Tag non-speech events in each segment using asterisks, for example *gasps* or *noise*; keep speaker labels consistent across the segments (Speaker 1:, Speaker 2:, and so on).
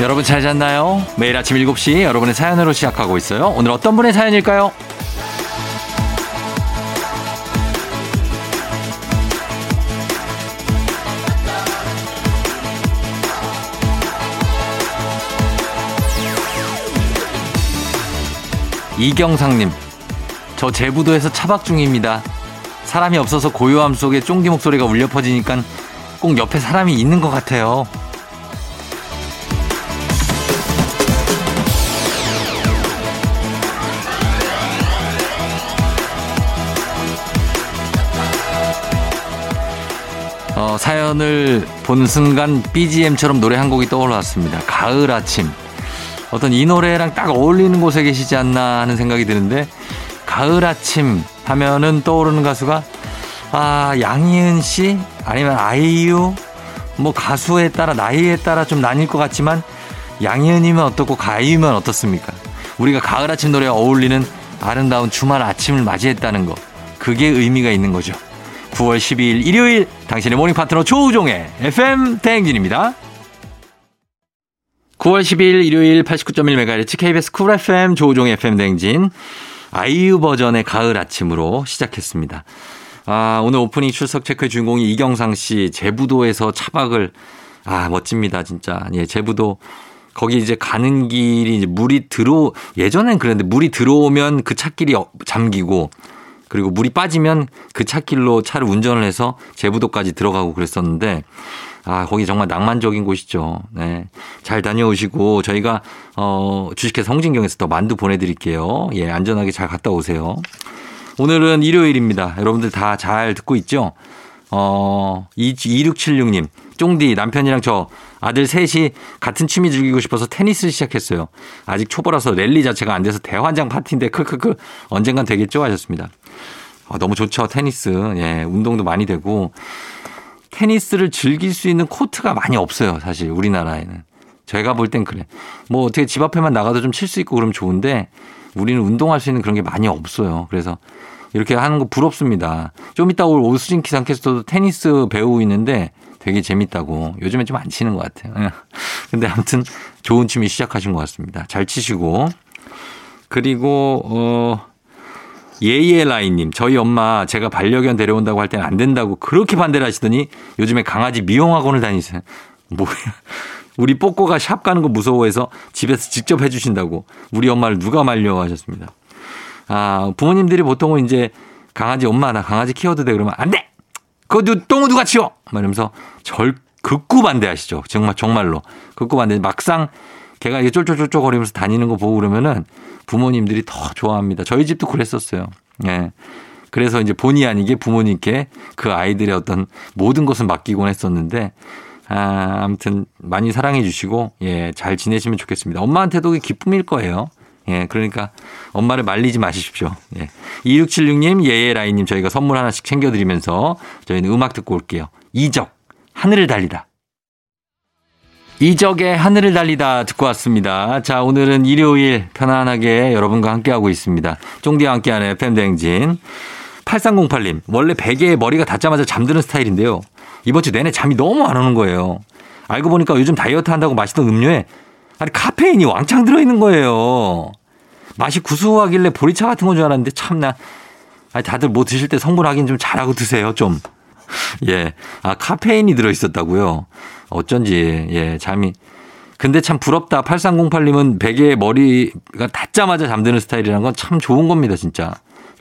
Speaker 1: 여러분 잘 잤나요? 매일 아침 7시 여러분의 사연으로 시작하고 있어요. 오늘 어떤 분의 사연일까요? 2 이경상님, 저 제부도에서 차박 중입니다. 사람이 없어서 고요함 속에 쫑디 목소리가 울려 퍼지니까 꼭 옆에 사람이 있는 것 같아요. 어, 사연을 본 순간 BGM처럼 노래 한 곡이 떠올랐습니다. 가을 아침. 어떤 이 노래랑 딱 어울리는 곳에 계시지 않나 하는 생각이 드는데, 가을 아침 하면은 떠오르는 가수가, 아, 양희은 씨? 아니면 아이유? 뭐 가수에 따라, 나이에 따라 좀 나뉠 것 같지만, 양희은이면 어떻고, 가이유면 어떻습니까? 우리가 가을 아침 노래와 어울리는 아름다운 주말 아침을 맞이했다는 거. 그게 의미가 있는 거죠. 9월 12일 일요일 당신의 모닝 파트너 조우종의 FM 대행진입니다. 9월 12일 일요일 89.1MHz KBS 쿨 FM 조우종의 FM 대행진 아이유 버전의 가을 아침으로 시작했습니다. 아, 오늘 오프닝 출석 체크의 주인공이 이경상 씨 제부도에서 차박을 아, 멋집니다, 진짜. 예, 제부도 거기 이제 가는 길이 이제 물이 들어 예전엔 그랬는데 물이 들어오면 그 찻길이 어- 잠기고 그리고 물이 빠지면 그 찻길로 차를 운전을 해서 제부도까지 들어가고 그랬었는데 아 거기 정말 낭만적인 곳이죠. 네. 잘 다녀오시고 저희가 어 주식회사 홍진경에서 더 만두 보내드릴게요. 예 안전하게 잘 갔다 오세요. 오늘은 일요일입니다. 여러분들 다 잘 듣고 있죠? 어, 2676님. 쫑디, 남편이랑 저 아들 셋이 같은 취미 즐기고 싶어서 테니스 시작했어요. 아직 초보라서 랠리 자체가 안 돼서 대환장 파티인데, *laughs* 크크크, 언젠간 되겠죠? 하셨습니다. 아, 너무 좋죠. 테니스. 예, 운동도 많이 되고. 테니스를 즐길 수 있는 코트가 많이 없어요. 사실, 우리나라에는. 제가 볼 땐 그래. 뭐 어떻게 집 앞에만 나가도 좀 칠 수 있고 그러면 좋은데 우리는 운동할 수 있는 그런 게 많이 없어요. 그래서 이렇게 하는 거 부럽습니다. 좀 이따 올 오수진 기상캐스터도 테니스 배우고 있는데 되게 재밌다고. 요즘에 좀 안 치는 것 같아요. 예. *laughs* 근데 아무튼 좋은 취미 시작하신 것 같습니다. 잘 치시고. 그리고, 어, 예예라이님, 저희 엄마 제가 반려견 데려온다고 할 때는 안 된다고 그렇게 반대를 하시더니 요즘에 강아지 미용학원을 다니세요. 뭐야. 우리 뽀꼬가 샵 가는 거 무서워해서 집에서 직접 해주신다고 우리 엄마를 누가 말려 하셨습니다. 아, 부모님들이 보통은 이제 강아지 엄마 나 강아지 키워도 돼 그러면 안 돼! 그거 누, 똥은 누가 치워! 막 이러면서 절, 극구 반대하시죠. 정말, 정말로. 극구 반대. 막상 걔가 이게 쫄쫄쫄쫄 거리면서 다니는 거 보고 그러면은 부모님들이 더 좋아합니다. 저희 집도 그랬었어요. 예. 그래서 이제 본의 아니게 부모님께 그 아이들의 어떤 모든 것을 맡기곤 했었는데, 아, 아무튼 많이 사랑해 주시고, 예, 잘 지내시면 좋겠습니다. 엄마한테도 그게 기쁨일 거예요. 예, 그러니까 엄마를 말리지 마십시오. 예. 2676님, 예예라이님 저희가 선물 하나씩 챙겨드리면서 저희는 음악 듣고 올게요. 이적, 하늘을 달리다. 이적의 하늘을 달리다 듣고 왔습니다. 자, 오늘은 일요일 편안하게 여러분과 함께하고 있습니다. 쫑디와 함께하는 FM대행진. 8308님, 원래 베개에 머리가 닿자마자 잠드는 스타일인데요. 이번 주 내내 잠이 너무 안 오는 거예요. 알고 보니까 요즘 다이어트 한다고 마시던 음료에 아니 카페인이 왕창 들어있는 거예요. 맛이 구수하길래 보리차 같은 건 줄 알았는데 참나. 아니 다들 뭐 드실 때 성분 확인 좀 잘하고 드세요 좀. *laughs* 예. 아, 카페인이 들어있었다고요? 어쩐지, 예, 잠이. 근데 참 부럽다. 8308님은 베개에 머리가 닿자마자 잠드는 스타일이라는 건 참 좋은 겁니다, 진짜.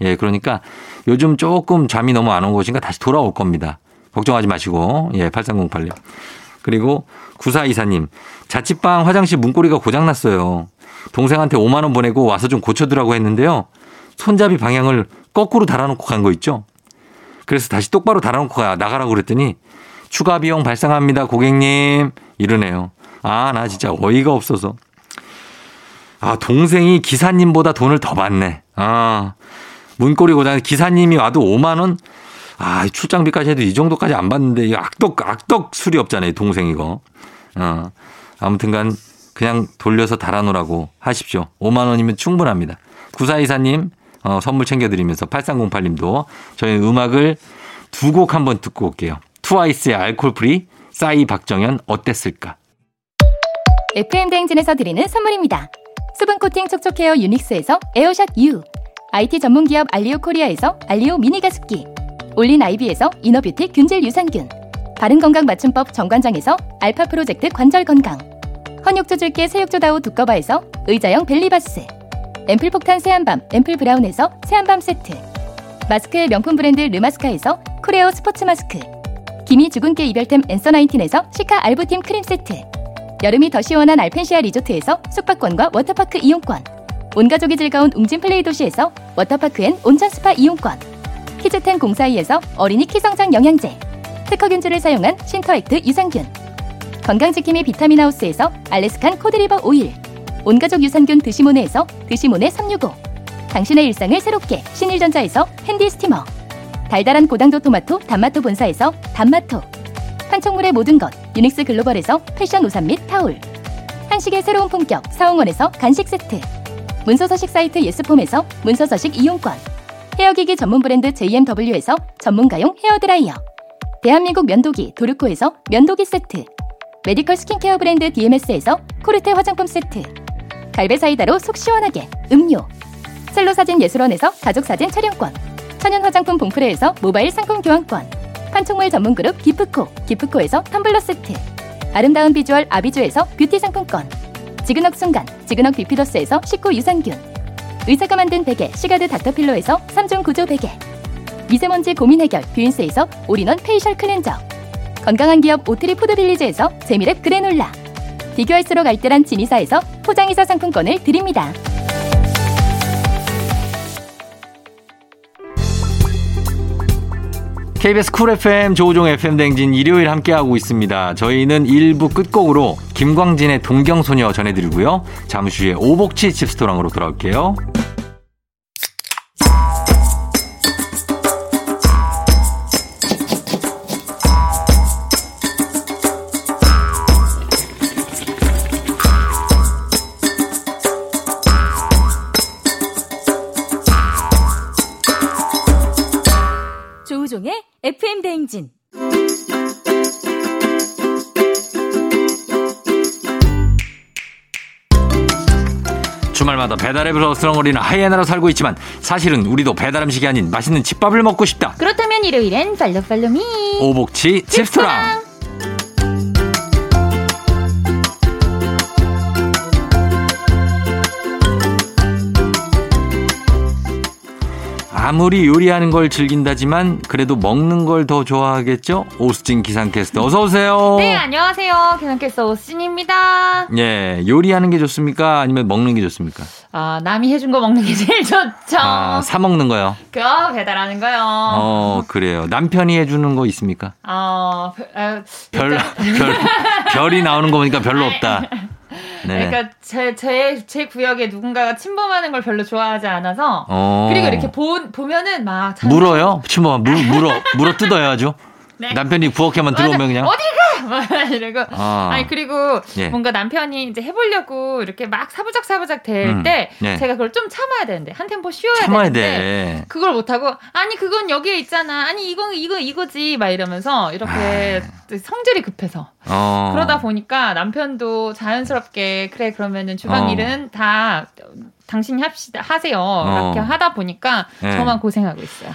Speaker 1: 예, 그러니까 요즘 조금 잠이 너무 안 온 것인가 다시 돌아올 겁니다. 걱정하지 마시고, 예, 8308님. 그리고 9424님, 자취방 화장실 문고리가 고장났어요. 동생한테 5만원 보내고 와서 좀 고쳐두라고 했는데요. 손잡이 방향을 거꾸로 달아놓고 간 거 있죠? 그래서 다시 똑바로 달아놓고 가, 나가라고 그랬더니 추가 비용 발생합니다, 고객님. 이러네요. 아, 나 진짜 어이가 없어서. 아, 동생이 기사님보다 돈을 더 받네. 아, 문고리 고장 기사님이 와도 5만원? 아, 출장비까지 해도 이 정도까지 안 받는데, 이 악덕, 악덕 술이 없잖아요, 동생 이거. 어, 아무튼간 그냥 돌려서 달아놓으라고 하십시오. 5만 원이면 충분합니다. 구사이사님 어, 선물 챙겨드리면서 8308님도 저희 음악을 두 곡 한번 듣고 올게요. 트와이스의 알콜 프리, 싸이 박정현 어땠을까?
Speaker 2: FM 대행진에서 드리는 선물입니다. 수분 코팅 촉촉헤어 유닉스에서 에어샷 U, IT 전문 기업 알리오 코리아에서 알리오 미니 가습기, 올린 아이비에서 이너뷰티 균질 유산균, 바른 건강 맞춤법 정관장에서 알파 프로젝트 관절 건강, 헌육조 줄게 새육조다우 두꺼바에서 의자형 벨리바스, 앰플 폭탄 새한밤 앰플 브라운에서 새한밤 세트, 마스크의 명품 브랜드 르마스카에서 코레오 스포츠 마스크. 김이 주근깨 이별템 엔서나인틴에서 시카 알부팀 크림 세트 여름이 더 시원한 알펜시아 리조트에서 숙박권과 워터파크 이용권 온가족이 즐거운 웅진 플레이 도시에서 워터파크 앤 온천 스파 이용권 키즈텐 공사이에서 어린이 키성장 영양제 특허균주를 사용한 신터액트 유산균 건강지킴이 비타민하우스에서 알래스칸 코드리버 오일 온가족 유산균 드시모네에서 드시모네 365 당신의 일상을 새롭게 신일전자에서 핸디 스티머 달달한 고당도 토마토 단마토 본사에서 단마토 판촉물의 모든 것 유닉스 글로벌에서 패션 우산 및 타올 한식의 새로운 품격 사홍원에서 간식 세트 문서서식 사이트 예스폼에서 문서서식 이용권 헤어기기 전문 브랜드 JMW에서 전문가용 헤어드라이어 대한민국 면도기 도르코에서 면도기 세트 메디컬 스킨케어 브랜드 DMS에서 코르테 화장품 세트 갈베 사이다로 속 시원하게 음료 셀로 사진 예술원에서 가족 사진 촬영권 천연 화장품 봉프레에서 모바일 상품 교환권 판촉물 전문 그룹 기프코 기프코에서 텀블러 세트 아름다운 비주얼 아비주에서 뷰티 상품권 지그넉 순간 지그넉 비피더스에서 식후 유산균 의사가 만든 베개 시가드 닥터필로에서 3중 구조 베개 미세먼지 고민 해결 뷰인스에서 올인원 페이셜 클렌저 건강한 기업 오트리 푸드빌리지에서 재미랩 그래놀라 비교할수록 알뜰한 진이사에서 포장이사 상품권을 드립니다.
Speaker 1: KBS 쿨 FM 조우종 FM 댕진 일요일 함께하고 있습니다. 저희는 1부 끝곡으로 김광진의 동경소녀 전해드리고요. 잠시 후에 오복치 칩스토랑으로 돌아올게요.
Speaker 3: 조우종의 FM 대행진.
Speaker 1: 주말마다 배달앱으로 쓰렁거리는 하이에나로 살고 있지만 사실은 우리도 배달음식이 아닌 맛있는 집밥을 먹고 싶다.
Speaker 3: 그렇다면 일요일엔 팔로팔로미.
Speaker 1: 오복치 칩스토랑. 아무리 요리하는 걸 즐긴다지만 그래도 먹는 걸 더 좋아하겠죠? 오스진 기상캐스터 어서 오세요.
Speaker 3: 네, 안녕하세요. 계산캐스터 오스진입니다.
Speaker 1: 예, 요리하는 게 좋습니까? 아니면 먹는 게 좋습니까?
Speaker 3: 아, 남이 해준 거 먹는 게 제일 좋죠.
Speaker 1: 아, 사 먹는 거요.
Speaker 3: 그거 배달하는 거요.
Speaker 1: 어, 그래요. 남편이 해주는 거 있습니까?
Speaker 3: 어, 별, 아,
Speaker 1: 별, 별, 별이 나오는 거 보니까 별로
Speaker 3: *laughs*
Speaker 1: 없다. 네네.
Speaker 3: 그러니까 제, 제, 제 구역에 누군가가 침범하는 걸 별로 좋아하지 않아서
Speaker 1: 어.
Speaker 3: 그리고 이렇게 보, 보면은 막 참-
Speaker 1: 물어요? 침범 물 물어 물어 뜯어요 아주.
Speaker 3: 네.
Speaker 1: 남편이 부엌에만
Speaker 3: 맞아.
Speaker 1: 들어오면 그냥.
Speaker 3: 어디 가! *laughs* 막 이러고
Speaker 1: 아.
Speaker 3: 아. 니 그리고
Speaker 1: 예.
Speaker 3: 뭔가 남편이 이제 해보려고 이렇게 막 사부작 사부작 될
Speaker 1: 음,
Speaker 3: 때
Speaker 1: 예.
Speaker 3: 제가 그걸 좀 참아야 되는데 한 템포 쉬어야
Speaker 1: 참아야
Speaker 3: 되는데
Speaker 1: 돼.
Speaker 3: 그걸 못하고 아니 그건 여기에 있잖아 아니 이건 이거 이거지 막 이러면서 이렇게 성질이 급해서
Speaker 1: 아. 어.
Speaker 3: 그러다 보니까 남편도 자연스럽게 그래 그러면은 주방
Speaker 1: 어.
Speaker 3: 일은 다 당신이 합시다 하세요 이렇게 하다 보니까
Speaker 1: 어. 네.
Speaker 3: 저만 고생하고 있어요.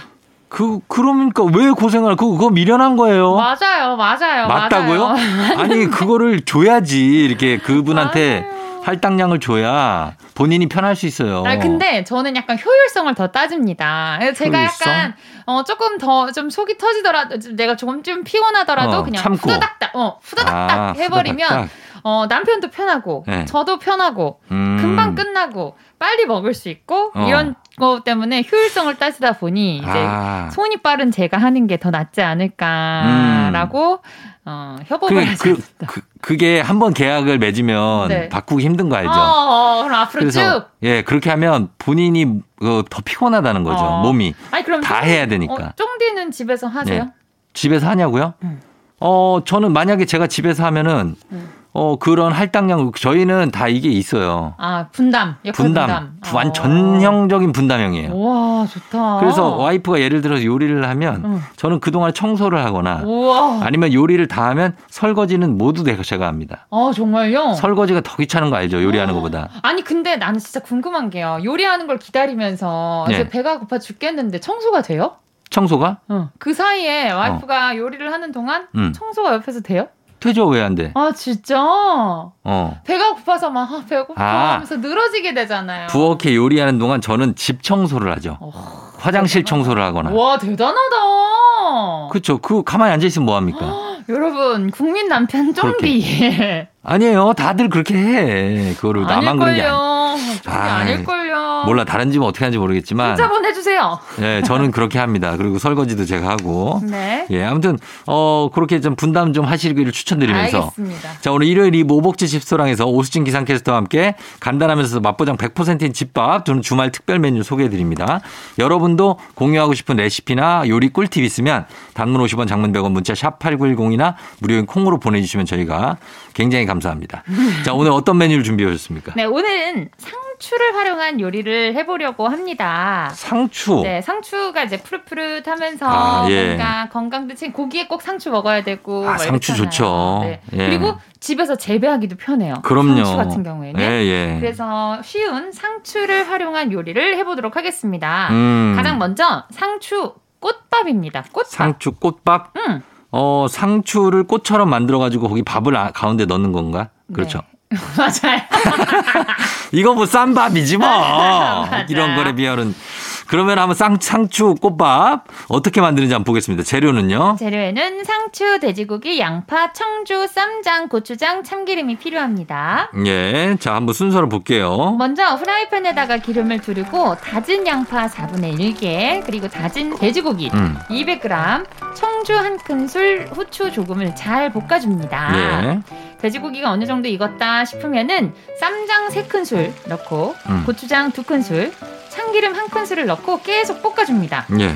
Speaker 1: 그 그러니까 왜 고생을 그거 그거 미련한 거예요.
Speaker 3: 맞아요, 맞아요,
Speaker 1: 어? 맞다고요?
Speaker 3: 맞아요.
Speaker 1: 아니 그거를 줘야지 이렇게 그분한테
Speaker 3: 아유.
Speaker 1: 할당량을 줘야 본인이 편할 수 있어요.
Speaker 3: 아 근데 저는 약간 효율성을 더 따집니다. 그래서 제가
Speaker 1: 효율성?
Speaker 3: 약간 어 조금 더 좀 속이 터지더라도 좀 내가 조금 좀 피곤하더라도
Speaker 1: 어,
Speaker 3: 그냥
Speaker 1: 참고.
Speaker 3: 후다닥닥 어 후다닥닥
Speaker 1: 아,
Speaker 3: 해버리면
Speaker 1: 후다닥닥.
Speaker 3: 어 남편도 편하고
Speaker 1: 네.
Speaker 3: 저도 편하고
Speaker 1: 음.
Speaker 3: 금방 끝나고 빨리 먹을 수 있고
Speaker 1: 어.
Speaker 3: 이런 거 때문에 효율성을 따지다 보니 이제
Speaker 1: 아.
Speaker 3: 손이 빠른 제가 하는 게 더 낫지 않을까라고 어 협업을
Speaker 1: 그,
Speaker 3: 하죠.
Speaker 1: 그, 그, 그게 한번 계약을 맺으면
Speaker 3: 네.
Speaker 1: 바꾸기 힘든 거 알죠?
Speaker 3: 어, 어, 그럼 앞으로
Speaker 1: 그래서
Speaker 3: 쭉.
Speaker 1: 예 그렇게 하면 본인이 어, 더 피곤하다는 거죠
Speaker 3: 어.
Speaker 1: 몸이
Speaker 3: 아니 그럼
Speaker 1: 다 해야 되니까 네.
Speaker 3: 어, 쫑디는 집에서 하세요?
Speaker 1: 예. 집에서 하냐고요?
Speaker 3: 음.
Speaker 1: 어 저는 만약에 제가 집에서 하면은
Speaker 3: 음.
Speaker 1: 어, 그런 할당량, 저희는 다 이게 있어요.
Speaker 3: 아 분담. 역할
Speaker 1: 분담.
Speaker 3: 분담.
Speaker 1: 완 전형적인 분담형이에요.
Speaker 3: 와 좋다.
Speaker 1: 그래서 와이프가 예를 들어서 요리를 하면
Speaker 3: 아. 응.
Speaker 1: 저는 그동안 청소를 하거나
Speaker 3: 우와.
Speaker 1: 아니면 요리를 다 하면 설거지는 모두 내가 제가 합니다.
Speaker 3: 아 정말요?
Speaker 1: 설거지가 더 귀찮은 거 알죠? 요리하는 것보다.
Speaker 3: 아니 근데 나는 진짜 궁금한 게요. 요리하는 걸 기다리면서
Speaker 1: 네.
Speaker 3: 이제 배가 고파 죽겠는데 청소가 돼요?
Speaker 1: 청소가?
Speaker 3: 그 사이에 와이프가 요리를 하는 동안
Speaker 1: 어. 음. 네.
Speaker 3: 청소가 옆에서 돼요?
Speaker 1: 퇴조 왜 안 돼?
Speaker 3: 아 진짜
Speaker 1: 어.
Speaker 3: 배가 고파서 막 아, 배고파
Speaker 1: 아.
Speaker 3: 하면서 늘어지게 되잖아요.
Speaker 1: 부엌에 요리하는 동안 저는 집 청소를 하죠.
Speaker 3: 어.
Speaker 1: 화장실 청소를 하거나.
Speaker 3: 와 대단하다.
Speaker 1: 그쵸. 그 가만히 앉아있으면
Speaker 3: *gasps*
Speaker 1: 뭐합니까?
Speaker 3: 여러분 국민 남편
Speaker 1: 그렇게.
Speaker 3: 좀비
Speaker 1: 아니에요. 다들 그렇게 해. 그거를 나만 그런 게 아니
Speaker 3: 아닐걸요. 그게
Speaker 1: 아,
Speaker 3: 아닐걸요.
Speaker 1: 몰라. 다른 집은 어떻게 하는지 모르겠지만.
Speaker 3: 문자 보내주세요.
Speaker 1: 예, 저는 그렇게 합니다. 그리고 설거지도 제가 하고.
Speaker 3: 네.
Speaker 1: 예, 아무튼, 어, 그렇게 좀 분담 좀 하시기를 *laughs* 추천드리면서.
Speaker 3: 알겠습니다.
Speaker 1: 자, 오늘 일요일 이 모복지 집소랑에서 오수진 기상캐스터와 함께 간단하면서도 맛보장 100%인 집밥 또는 주말 특별 메뉴 소개해드립니다. 여러분도 공유하고 싶은 레시피나 요리 꿀팁 있으면 단문 50원 장문 100원 문자 샵 8910이나 무료인 콩으로 보내주시면 저희가 굉장히 감사합니다. 자, 오늘 어떤 메뉴를 준비해 오셨습니까?
Speaker 3: 네 오늘은 상추를 활용한 요리를 해보려고 합니다.
Speaker 1: 상추.
Speaker 3: 네, 상추가 이제 푸릇푸릇하면서
Speaker 1: 아, 예.
Speaker 3: 뭔가 건강도 지금 고기에 꼭 상추 먹어야 되고
Speaker 1: 아,
Speaker 3: 막
Speaker 1: 상추
Speaker 3: 이렇잖아요.
Speaker 1: 좋죠.
Speaker 3: 네.
Speaker 1: 예.
Speaker 3: 그리고 집에서 재배하기도 편해요.
Speaker 1: 그럼요.
Speaker 3: 상추 같은 경우에는.
Speaker 1: 예, 예.
Speaker 3: 그래서 쉬운 상추를 활용한 요리를 해보도록 하겠습니다.
Speaker 1: 음.
Speaker 3: 가장 먼저 상추 꽃밥입니다. 꽃밥.
Speaker 1: 상추 꽃밥.
Speaker 3: 음.
Speaker 1: 어, 상추를 꽃처럼 만들어가지고 거기 밥을 아- 가운데 넣는 건가? 그렇죠.
Speaker 3: 네. *laughs* 맞아요. 네.
Speaker 1: 이거 뭐 쌈밥이지
Speaker 3: *laughs*
Speaker 1: 뭐
Speaker 3: 맞아.
Speaker 1: 이런 거래 비열은 그러면 한번 쌍, 상추 꽃밥 어떻게 만드는지 한번 보겠습니다 재료는요
Speaker 3: 재료에는 상추, 돼지고기, 양파, 청주, 쌈장, 고추장, 참기름이 필요합니다.
Speaker 1: 예자 한번 순서를 볼게요
Speaker 3: 먼저 프라이팬에다가 기름을 두르고 다진 양파 4분의 1개 그리고 다진 돼지고기
Speaker 1: 음
Speaker 3: 200g, 청주 한 큰술, 후추 조금을 잘 볶아줍니다.
Speaker 1: 예.
Speaker 3: 돼지고기가 어느 정도 익었다 싶으면은 쌈장 3큰술 넣고
Speaker 1: 음.
Speaker 3: 고추장 2큰술, 참기름 한 큰술을 넣고 계속 볶아줍니다.
Speaker 1: 예.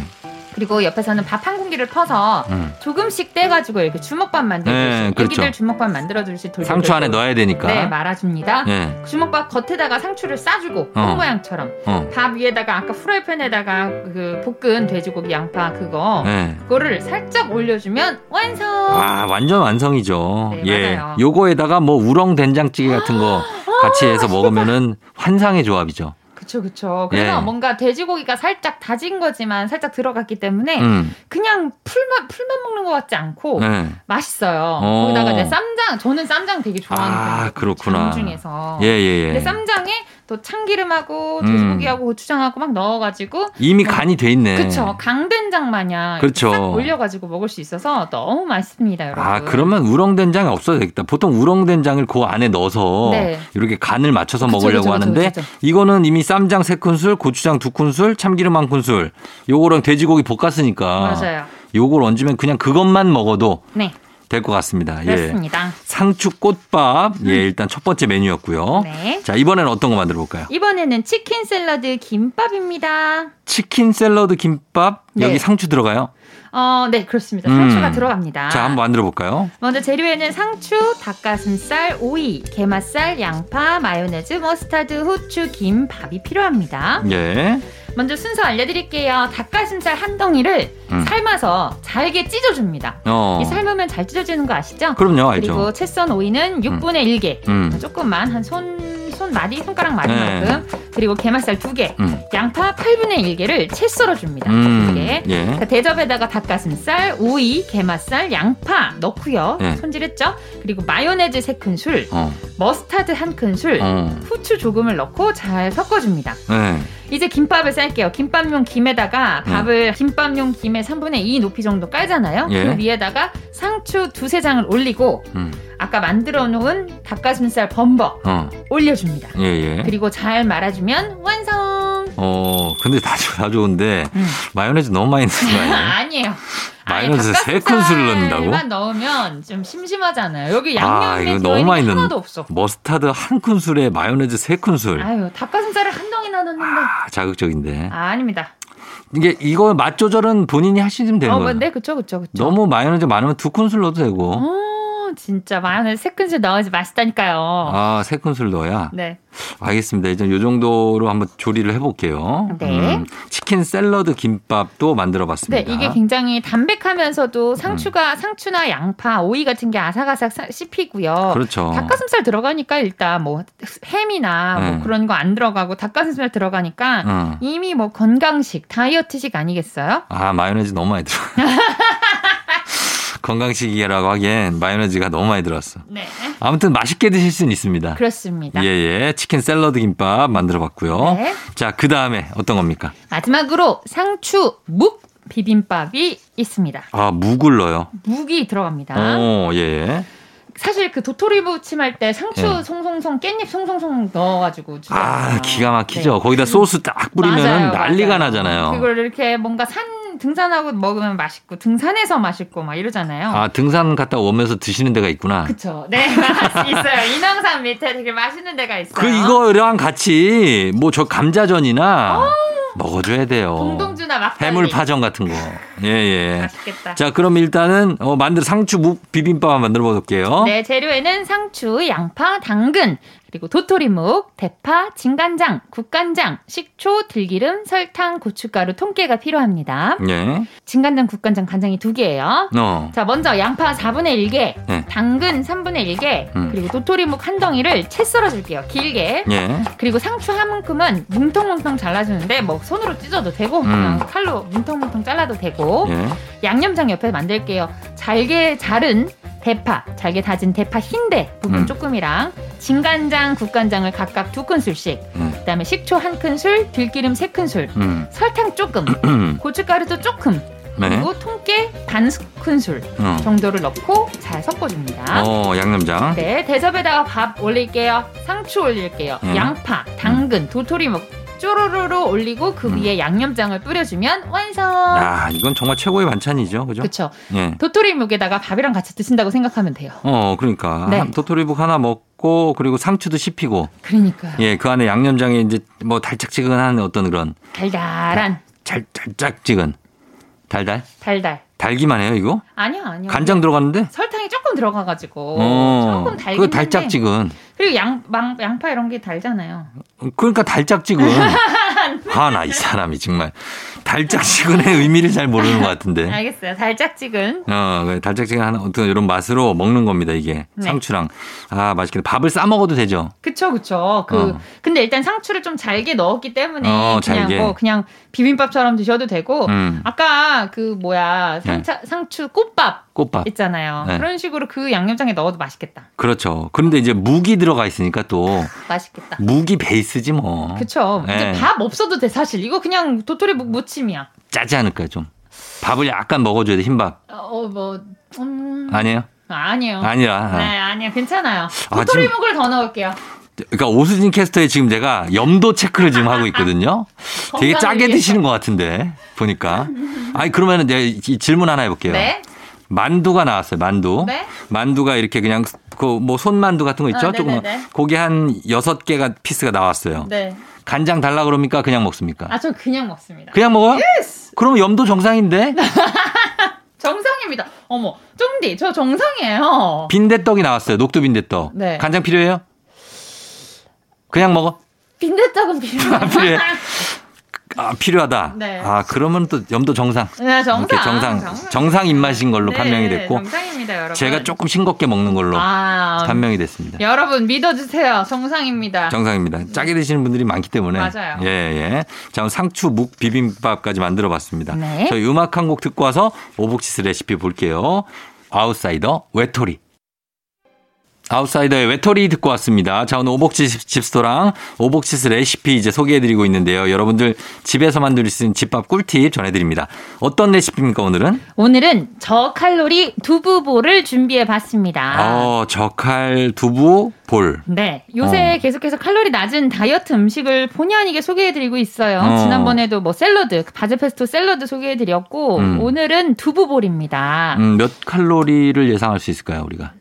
Speaker 3: 그리고 옆에서는 밥 한 공기를 퍼서
Speaker 1: 음.
Speaker 3: 조금씩 떼가지고 이렇게 주먹밥 만들어주시
Speaker 1: 네,
Speaker 3: 네,
Speaker 1: 그렇죠.
Speaker 3: 애기들 주먹밥 만들어주시 돌돌
Speaker 1: 상추 안에 넣어야 되니까
Speaker 3: 네 말아줍니다.
Speaker 1: 예.
Speaker 3: 주먹밥 겉에다가 상추를 싸주고 꽃
Speaker 1: 어.
Speaker 3: 모양처럼
Speaker 1: 어.
Speaker 3: 밥 위에다가 아까 프라이팬에다가 그 볶은 돼지고기 양파 그거
Speaker 1: 예.
Speaker 3: 그거를 살짝 올려주면 완성.
Speaker 1: 와 완전 완성이죠
Speaker 3: 네,
Speaker 1: 예
Speaker 3: 맞아요.
Speaker 1: 요거에다가 뭐 우렁 된장찌개 같은 거 같이
Speaker 3: *laughs*
Speaker 1: 해서 먹으면은 환상의 조합이죠
Speaker 3: 그쵸 그쵸. 그래서
Speaker 1: 예.
Speaker 3: 뭔가 돼지고기가 살짝 다진 거지만 살짝 들어갔기 때문에
Speaker 1: 음
Speaker 3: 그냥 풀만 풀만 먹는 것 같지 않고
Speaker 1: 예.
Speaker 3: 맛있어요.
Speaker 1: 어.
Speaker 3: 거기다가 이제 쌈장 저는 쌈장 되게 좋아하는
Speaker 1: 아,
Speaker 3: 편이거든요.
Speaker 1: 그렇구나.
Speaker 3: 장 중에서.
Speaker 1: 예, 예,
Speaker 3: 근데
Speaker 1: 예.
Speaker 3: 쌈장에 또 참기름하고
Speaker 1: 음.
Speaker 3: 돼지고기하고 고추장하고 막 넣어가지고
Speaker 1: 이미 간이 돼 있네
Speaker 3: 그쵸 강된장 마냥 이렇게
Speaker 1: 그렇죠.
Speaker 3: 싹 올려가지고 먹을 수 있어서 너무 맛있습니다, 여러분.
Speaker 1: 아, 그러면 우렁된장이 없어도 되겠다. 보통 우렁된장을 그 안에 넣어서
Speaker 3: 네.
Speaker 1: 이렇게 간을 맞춰서
Speaker 3: 그쵸,
Speaker 1: 먹으려고
Speaker 3: 그쵸, 그쵸,
Speaker 1: 하는데
Speaker 3: 그쵸.
Speaker 1: 이거는 이미 쌈장 3큰술, 고추장 2큰술, 참기름 1큰술 요거랑 돼지고기 볶았으니까
Speaker 3: 맞아요.
Speaker 1: 요걸 얹으면 그냥 그것만 먹어도
Speaker 3: 네
Speaker 1: 될 것 같습니다. 예.
Speaker 3: 그렇습니다. 음.
Speaker 1: 상추 꽃밥. 예, 일단 첫 번째 메뉴였고요.
Speaker 3: 네.
Speaker 1: 자, 이번에는 어떤 거 만들어 볼까요?
Speaker 3: 이번에는 치킨 샐러드 김밥입니다.
Speaker 1: 치킨 샐러드 김밥.
Speaker 3: 네.
Speaker 1: 여기 상추 들어가요?
Speaker 3: 어, 네, 그렇습니다.
Speaker 1: 음.
Speaker 3: 상추가 들어갑니다.
Speaker 1: 자, 한번 만들어 볼까요?
Speaker 3: 먼저 재료에는 상추, 닭가슴살, 오이, 게맛살, 양파, 마요네즈, 머스타드, 후추, 김, 밥이 필요합니다.
Speaker 1: 예.
Speaker 3: 먼저 순서 알려드릴게요. 닭가슴살 한 덩이를
Speaker 1: 음.
Speaker 3: 삶아서 잘게 찢어줍니다.
Speaker 1: 어.
Speaker 3: 이 삶으면 잘 찢어지는 거 아시죠?
Speaker 1: 그럼요,
Speaker 3: 그리고
Speaker 1: 알죠.
Speaker 3: 채썬 오이는 6분의 1개.
Speaker 1: 음.
Speaker 3: 조금만 한 손, 손마디, 손가락
Speaker 1: 네.
Speaker 3: 마디만큼. 그리고 게맛살 2개.
Speaker 1: 음.
Speaker 3: 양파 8분의 1개를 채 썰어줍니다.
Speaker 1: 음.
Speaker 3: 게
Speaker 1: 예.
Speaker 3: 자, 대접에다가 닭가슴살, 오이, 게맛살, 양파 넣고요.
Speaker 1: 네.
Speaker 3: 손질했죠? 그리고 마요네즈 3큰술,
Speaker 1: 어.
Speaker 3: 머스타드 1큰술,
Speaker 1: 어.
Speaker 3: 후추 조금을 넣고 잘 섞어줍니다.
Speaker 1: 네.
Speaker 3: 이제 김밥을 쌀게요. 김밥용
Speaker 1: 음.
Speaker 3: 김에다가 밥을 김밥용 김에 3분의 2 높이 정도 깔잖아요.
Speaker 1: 예.
Speaker 3: 그 위에다가 상추 두세 장을 올리고
Speaker 1: 음.
Speaker 3: 아까 만들어 놓은 닭가슴살 범벅
Speaker 1: 어.
Speaker 3: 올려줍니다.
Speaker 1: 예, 예.
Speaker 3: 그리고 잘 말아주면 완성!
Speaker 1: 어, 근데 다, 좋- 다 좋은데,
Speaker 3: 음.
Speaker 1: 마요네즈 너무 많이 넣는 거
Speaker 3: *laughs*
Speaker 1: 아니에요?
Speaker 3: 아니에요. 아예
Speaker 1: 마요네즈 세 큰술을 넣는다고?
Speaker 3: 닭가슴살만 넣으면 좀 심심하잖아요. 여기 양념에
Speaker 1: 아, 이거 너무
Speaker 3: 들어있는
Speaker 1: 많이
Speaker 3: 게
Speaker 1: 넣는-
Speaker 3: 하나도 없어.
Speaker 1: 머스타드 한 큰술에 마요네즈 세 큰술.
Speaker 3: 아유, 닭가슴살을 한 덩이나 넣는데.
Speaker 1: 아, 자극적인데.
Speaker 3: 아, 닙니다
Speaker 1: 이게, 이거 맛 조절은 본인이 하시면 되는
Speaker 3: 어,
Speaker 1: 거예요.
Speaker 3: 네, 그쵸, 그쵸, 그쵸.
Speaker 1: 너무 마요네즈 많으면 두 큰술 넣어도 되고.
Speaker 3: 어, 진짜 마늘 세 큰술 넣어야지 맛있다니까요.
Speaker 1: 아, 세 큰술 넣어야?
Speaker 3: 네.
Speaker 1: 알겠습니다. 이제 요 정도로 한번 조리를 해볼게요. 음,
Speaker 3: 네.
Speaker 1: 치킨 샐러드 김밥도 만들어
Speaker 3: 네,
Speaker 1: 봤습니다. 음.
Speaker 3: 이게 굉장히 담백하면서도 상추가 상추나 양파, 오이 같은 게 아삭아삭 사- 씹히고요.
Speaker 1: 그렇죠.
Speaker 3: 닭가슴살 들어가니까 일단 뭐 햄이나 뭐
Speaker 1: 네.
Speaker 3: 그런 거 안 들어가고 닭가슴살 들어가니까
Speaker 1: 응.
Speaker 3: 이미 뭐 건강식, 다이어트식 아니겠어요?
Speaker 1: 아, 마요네즈 너무
Speaker 3: *laughs*
Speaker 1: 많이 들어. 건강식이라고 하기엔 마요네즈가 너무 많이 들어왔어.
Speaker 3: 네.
Speaker 1: 아무튼 맛있게 드실 수는 있습니다.
Speaker 3: 그렇습니다.
Speaker 1: 예, 예. 치킨 샐러드 김밥 만들어 봤고요.
Speaker 3: 네.
Speaker 1: 자, 그 다음에 어떤 겁니까?
Speaker 3: 마지막으로 상추 묵 비빔밥이 있습니다.
Speaker 1: 아, 묵을 넣어요.
Speaker 3: 묵이 들어갑니다.
Speaker 1: 어, 예, 예.
Speaker 3: 사실 그 도토리 무침할 때 상추
Speaker 1: 예.
Speaker 3: 송송송 깻잎 송송송 넣어가지고 주잖아요.
Speaker 1: 아, 기가 막히죠.
Speaker 3: 네.
Speaker 1: 거기다 소스 딱 뿌리면
Speaker 3: 맞아요,
Speaker 1: 난리가
Speaker 3: 맞아요.
Speaker 1: 나잖아요.
Speaker 3: 그걸 이렇게 뭔가 산 등산하고 먹으면 맛있고 등산해서 맛있고 막 이러잖아요.
Speaker 1: 아, 등산 갔다 오면서 드시는 데가 있구나. 그,
Speaker 3: 그쵸. 네, 맛 있어요. 인왕산 밑에 되게 맛있는 데가 있어요.
Speaker 1: 그 이거랑 같이 뭐 저 감자전이나 먹어줘야 돼요.
Speaker 3: 어. 공동주나 막걸리.
Speaker 1: 해물파전 같은 거. 예, 예.
Speaker 3: 맛있겠다.
Speaker 1: 자, 그럼 일단은 어, 만들 상추 묵 비빔밥 한번 만들어 볼게요.
Speaker 3: 네, 재료에는 상추, 양파, 당근, 그리고 도토리묵, 대파, 진간장, 국간장, 식초, 들기름, 설탕, 고춧가루, 통깨가 필요합니다.
Speaker 1: 예.
Speaker 3: 진간장, 국간장, 간장이 두 개예요.
Speaker 1: 어.
Speaker 3: 자, 먼저 양파 4분의 1개,
Speaker 1: 네.
Speaker 3: 당근 3분의 1개,
Speaker 1: 음.
Speaker 3: 그리고 도토리묵 한 덩이를 채 썰어줄게요. 길게.
Speaker 1: 예.
Speaker 3: 그리고 상추 한 움큼은 뭉텅뭉텅 잘라주는데 뭐 손으로 찢어도 되고 그냥 칼로 뭉텅뭉텅 잘라도 되고
Speaker 1: 음. 예.
Speaker 3: 양념장 옆에 만들게요. 잘게 자른 대파, 잘게 다진 대파 흰대 부분
Speaker 1: 음.
Speaker 3: 조금이랑 진간장, 국간장을 각각 두 큰술씩,
Speaker 1: 음.
Speaker 3: 그다음에 식초 한 큰술, 들기름 세 큰술,
Speaker 1: 음.
Speaker 3: 설탕 조금, 고춧가루도 조금,
Speaker 1: 네.
Speaker 3: 그리고 통깨 반 큰술
Speaker 1: 어.
Speaker 3: 정도를 넣고 잘 섞어줍니다.
Speaker 1: 어, 양념장.
Speaker 3: 아. 네, 대접에다가 밥 올릴게요. 상추 올릴게요.
Speaker 1: 음.
Speaker 3: 양파, 당근, 도토리묵 뭐 쪼로로로 올리고 그
Speaker 1: 음.
Speaker 3: 위에 양념장을 뿌려주면 완성.
Speaker 1: 야, 이건 정말 최고의 반찬이죠. 그죠?
Speaker 3: 그렇죠.
Speaker 1: 예.
Speaker 3: 도토리묵에다가 밥이랑 같이 드신다고 생각하면 돼요.
Speaker 1: 어, 그러니까
Speaker 3: 네.
Speaker 1: 한 도토리묵 하나 먹고 그리고 상추도 씹히고
Speaker 3: 그러니까요.
Speaker 1: 예, 그 안에 양념장에 이제 뭐 달짝지근한 어떤 그런
Speaker 3: 예. 달달한
Speaker 1: 잘 달짝지근 달달
Speaker 3: 달달.
Speaker 1: 달기만 해요 이거
Speaker 3: 아니요, 아니요.
Speaker 1: 간장 들어갔는데
Speaker 3: 설탕이 조금 들어가가지고 네. 조금 달긴
Speaker 1: 그
Speaker 3: 한데
Speaker 1: 달짝지근
Speaker 3: 그리고 양, 망, 양파 이런 게 달잖아요.
Speaker 1: 그러니까
Speaker 3: *laughs*
Speaker 1: 달짝지근 아, 하나 이 사람이 정말 달짝지근의 의미를 잘 모르는 것 같은데
Speaker 3: 알겠어요. 달짝지근.
Speaker 1: 어 그 달짝지근한 어떤 이런 맛으로 먹는 겁니다 이게
Speaker 3: 네.
Speaker 1: 상추랑 아 맛있겠다 밥을 싸 먹어도 되죠
Speaker 3: 그쵸, 그쵸. 그,
Speaker 1: 어.
Speaker 3: 근데 일단 상추를 좀 잘게 넣었기 때문에
Speaker 1: 어,
Speaker 3: 그냥
Speaker 1: 잘게.
Speaker 3: 뭐 그냥 비빔밥처럼 드셔도 되고
Speaker 1: 음
Speaker 3: 아까 그 뭐야 상차, 상추 꽃밥
Speaker 1: 꽃밥
Speaker 3: 있잖아요.
Speaker 1: 네.
Speaker 3: 그런 식으로 그 양념장에 넣어도 맛있겠다.
Speaker 1: 그렇죠 그런데 이제 묵이 들어가 있으니까 또
Speaker 3: 맛있겠다.
Speaker 1: 묵이 베이스지 뭐
Speaker 3: 그쵸.
Speaker 1: 음. 네.
Speaker 3: 이제 밥 없어도 돼 사실. 이거 그냥 도토리 묵 무침이야.
Speaker 1: 짜지 않을까 좀 밥을 약간 먹어줘야 돼 흰밥
Speaker 3: 어뭐 음...
Speaker 1: 아니에요
Speaker 3: 아, 니에요
Speaker 1: 아니라 아.
Speaker 3: 네 아니요 괜찮아요.
Speaker 1: 아,
Speaker 3: 도토리
Speaker 1: 지금-
Speaker 3: 묵을 더 넣을게요.
Speaker 1: 그러니까 오수진 캐스터에 지금 제가 염도 체크를 지금 하고
Speaker 3: *laughs*
Speaker 1: 있거든요. 되게
Speaker 3: 건강을
Speaker 1: 짜게
Speaker 3: 위해서.
Speaker 1: 드시는 것 같은데 보니까. 아니 그러면은 내가 이- 이 질문 하나 해볼게요.
Speaker 3: 네.
Speaker 1: 만두가 나왔어요. 만두.
Speaker 3: 네.
Speaker 1: 만두가 이렇게 그냥 그 뭐 손만두 같은 거 있죠?
Speaker 3: 아, 네네네.
Speaker 1: 조금 고기 한 여섯 개가 피스가 나왔어요.
Speaker 3: 네.
Speaker 1: 간장 달라 그럽니까? 그냥 먹습니까?
Speaker 3: 아 예. 저 그냥 먹습니다.
Speaker 1: 그냥 먹어요? 그럼 염도
Speaker 3: *laughs*
Speaker 1: 정상인데
Speaker 3: 네. 정상입니다. 어머 쫑디 저 정상이에요.
Speaker 1: 빈대떡이 나왔어요. 녹두 빈대떡.
Speaker 3: 네.
Speaker 1: 간장 필요해요? 그냥 먹어.
Speaker 3: 빈대떡은 필요해요.
Speaker 1: 아, 필요해. 아 필요하다.
Speaker 3: 네.
Speaker 1: 아 그러면 또 염도 정상.
Speaker 3: *laughs* 네 정상.
Speaker 1: 이렇게 정상 정상 입맛인 걸로
Speaker 3: 네,
Speaker 1: 판명이 됐고
Speaker 3: 정상입니다 여러분.
Speaker 1: 제가 조금 싱겁게 먹는 걸로
Speaker 3: 아,
Speaker 1: 판명이 됐습니다.
Speaker 3: 여러분 믿어주세요. 정상입니다.
Speaker 1: 정상입니다. 짜게 드시는 분들이 많기 때문에
Speaker 3: 맞아요.
Speaker 1: 예 예. 자 오늘 상추 묵 비빔밥까지 만들어봤습니다.
Speaker 3: 네.
Speaker 1: 저희 음악 한 곡 듣고 와서 오복치스 레시피 볼게요. 아웃사이더 외톨이. 아웃사이더의 외톨이 듣고 왔습니다. 자, 오늘 오복치 집스토랑 오복치스 레시피 이제 소개해드리고 있는데요. 여러분들 집에서 만들 수 있는 집밥 꿀팁 전해드립니다. 어떤 레시피입니까, 오늘은?
Speaker 3: 오늘은 저칼로리 두부볼을 준비해봤습니다.
Speaker 1: 어, 적할 두부 볼.
Speaker 3: 네.
Speaker 1: 어.
Speaker 3: 요새 계속해서 칼로리 낮은 다이어트 음식을 본의 아니게 소개해드리고 있어요.
Speaker 1: 어.
Speaker 3: 지난번에도 뭐 샐러드, 바질 페스토 샐러드 소개해드렸고,
Speaker 1: 음.
Speaker 3: 오늘은 두부볼입니다.
Speaker 1: 음, 몇 칼로리를 예상할 수 있을까요, 우리가?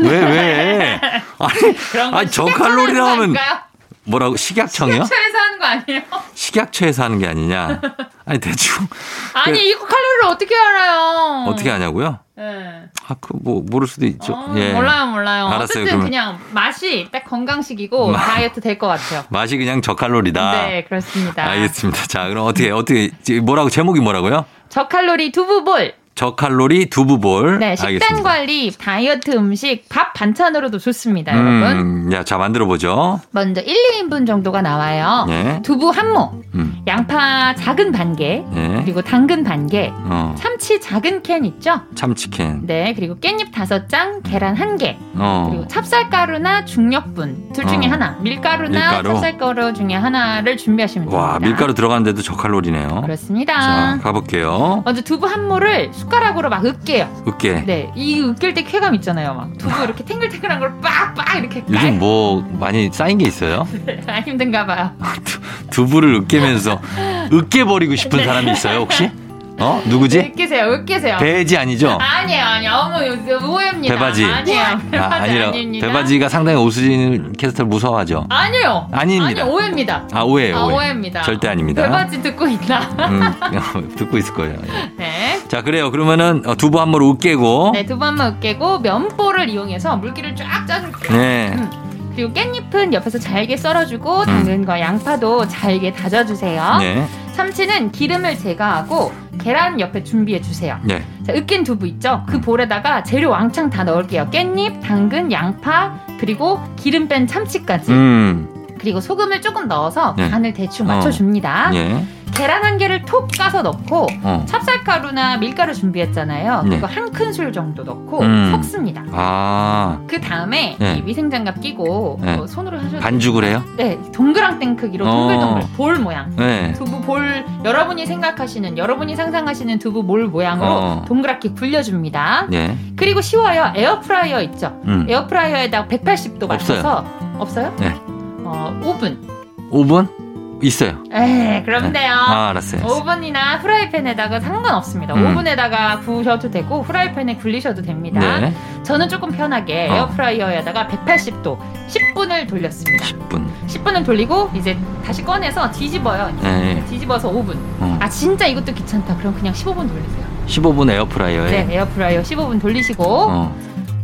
Speaker 1: 왜,
Speaker 3: *laughs*
Speaker 1: 왜? 아니,
Speaker 3: 음. 그런 건
Speaker 1: 아니,
Speaker 3: 식약처에서
Speaker 1: 저칼로리라고
Speaker 3: 하는
Speaker 1: 하면
Speaker 3: 거 아닐까요?
Speaker 1: 뭐라고? 식약청이요?
Speaker 3: 식약처에서 하는 거 아니에요?
Speaker 1: 그 식약처에서 하는 게 아니냐? 아니, 대충
Speaker 3: 아니, 이거 칼로리를 어떻게 알아요?
Speaker 1: 어떻게 하냐고요?
Speaker 3: 예. 예.
Speaker 1: 아, 그, 뭐, 모를 수도 있죠.
Speaker 3: 어,
Speaker 1: 예.
Speaker 3: 몰라요, 몰라요.
Speaker 1: 알았어요,
Speaker 3: 어쨌든
Speaker 1: 그러면. 음.
Speaker 3: 그냥 맛이 딱 건강식이고 다이어트 될 것 같아요.
Speaker 1: 맛이 그냥 저칼로리다.
Speaker 3: 네, 그렇습니다.
Speaker 1: 아. 알겠습니다. 자, 그럼 어떻게, 어떻게, 지- 뭐라고, 제목이 뭐라고요?
Speaker 3: 저칼로리 두부볼.
Speaker 1: 저칼로리 두부볼.
Speaker 3: 네, 식단 관리, 다이어트 음식, 밥 반찬으로도 좋습니다, 여러분.
Speaker 1: 음, 야, 자, 만들어보죠.
Speaker 3: 먼저 1, 2인분 정도가 나와요.
Speaker 1: 예.
Speaker 3: 두부 한 모,
Speaker 1: 음,
Speaker 3: 양파 작은 반 개,
Speaker 1: 예.
Speaker 3: 그리고 당근 반 개,
Speaker 1: 어,
Speaker 3: 참치 작은 캔 있죠?
Speaker 1: 참치캔.
Speaker 3: 네, 그리고 깻잎 다섯 장, 계란 한 개,
Speaker 1: 어,
Speaker 3: 네. 그리고 찹쌀가루나 중력분 둘 중에
Speaker 1: 어.
Speaker 3: 하나, 밀가루나
Speaker 1: 밀가루.
Speaker 3: 찹쌀가루 중에 하나를 준비하시면 됩니다.
Speaker 1: 와, 밀가루 들어가는데도 저칼로리네요.
Speaker 3: 그렇습니다.
Speaker 1: 자, 가볼게요.
Speaker 3: 먼저 두부 한 모를 숟가락으로 막 으깨요.
Speaker 1: 으깨.
Speaker 3: 네, 이 으깰 때 쾌감 있잖아요. 막 두부 이렇게 탱글탱글한 걸 빡빡 이렇게
Speaker 1: 요즘
Speaker 3: *laughs*
Speaker 1: 뭐 많이 쌓인 게 있어요?
Speaker 3: 아, 힘든가 봐요.
Speaker 1: 두부를
Speaker 3: *laughs*
Speaker 1: 으깨면서 으깨버리고 싶은
Speaker 3: 네.
Speaker 1: 사람이 있어요, 혹시? 어? 누구지?
Speaker 3: 으깨세요, 으깨세요.
Speaker 1: 배지 아니죠?
Speaker 3: 네. 아니에요, 아니에요. 어머, 요새 오해입니다.
Speaker 1: 배바지.
Speaker 3: 아니에요.
Speaker 1: 아,
Speaker 3: 배바지
Speaker 1: 아니라
Speaker 3: 닙니다
Speaker 1: 배바지가 상당히 오수진 캐스터를 무서워하죠.
Speaker 3: 아니에요.
Speaker 1: 아닙니다.
Speaker 3: 아니, 오해입니다.
Speaker 1: 아 오해예요.
Speaker 3: 아,
Speaker 1: 오해.
Speaker 3: 오해입니다.
Speaker 1: 절대 아닙니다.
Speaker 3: 배바지 듣고 있나? *laughs*
Speaker 1: 음, *laughs* 듣고 있을 거예요.
Speaker 3: 네.
Speaker 1: 자 그래요. 그러면은 어, 두부 한 모를 으깨고
Speaker 3: 네, 두 번만 으깨고 면보를 이용해서 물기를 쫙 짜줄게요.
Speaker 1: 네.
Speaker 3: 그리고 깻잎은 옆에서 잘게 썰어주고 당근과 양파도 잘게 다져주세요.
Speaker 1: 음. 네.
Speaker 3: 참치는 기름을 제거하고 계란 옆에 준비해 주세요.
Speaker 1: 네.
Speaker 3: 자, 으깬 두부 있죠? 그 볼에다가 재료 왕창 다 넣을게요. 깻잎, 당근, 양파, 그리고 기름 뺀 참치까지.
Speaker 1: 음.
Speaker 3: 그리고 소금을 조금 넣어서
Speaker 1: 네.
Speaker 3: 간을 대충 맞춰줍니다.
Speaker 1: 예.
Speaker 3: 계란 한 개를 톡 까서 넣고
Speaker 1: 어.
Speaker 3: 찹쌀가루나 밀가루 준비했잖아요.
Speaker 1: 네.
Speaker 3: 그거 한 큰술 정도 넣고
Speaker 1: 음.
Speaker 3: 섞습니다.
Speaker 1: 아
Speaker 3: 그 다음에
Speaker 1: 네.
Speaker 3: 이 위생장갑 끼고
Speaker 1: 네.
Speaker 3: 어, 손으로 하셔도
Speaker 1: 반죽을 해요?
Speaker 3: 네, 동그랑땡 크기로
Speaker 1: 어.
Speaker 3: 동글동글 볼 모양.
Speaker 1: 네.
Speaker 3: 두부 볼 여러분이 생각하시는 여러분이 상상하시는 두부 볼 모양으로
Speaker 1: 어.
Speaker 3: 동그랗게 굴려줍니다.
Speaker 1: 예.
Speaker 3: 그리고 쉬워요. 에어프라이어 있죠.
Speaker 1: 음.
Speaker 3: 에어프라이어에다가 180도
Speaker 1: 없어요.
Speaker 3: 맞춰서 없어요?
Speaker 1: 네.
Speaker 3: 어, 오븐.
Speaker 1: 5분 있어요.
Speaker 3: 에이, 그럼 돼요.
Speaker 1: 아 알았어요. 알았어요.
Speaker 3: 오븐이나 프라이팬에다가 상관없습니다.
Speaker 1: 음.
Speaker 3: 오븐에다가 구우셔도 되고 프라이팬에 굴리셔도 됩니다.
Speaker 1: 네.
Speaker 3: 저는 조금 편하게
Speaker 1: 어.
Speaker 3: 에어프라이어에다가 180도 10분을 돌렸습니다.
Speaker 1: 10분.
Speaker 3: 10분을 돌리고 이제 다시 꺼내서 뒤집어요.
Speaker 1: 네.
Speaker 3: 뒤집어서 5분.
Speaker 1: 어.
Speaker 3: 아 진짜 이것도 귀찮다. 그럼 그냥 15분 돌리세요.
Speaker 1: 15분 에어프라이어에.
Speaker 3: 네, 에어프라이어 15분 돌리시고
Speaker 1: 어.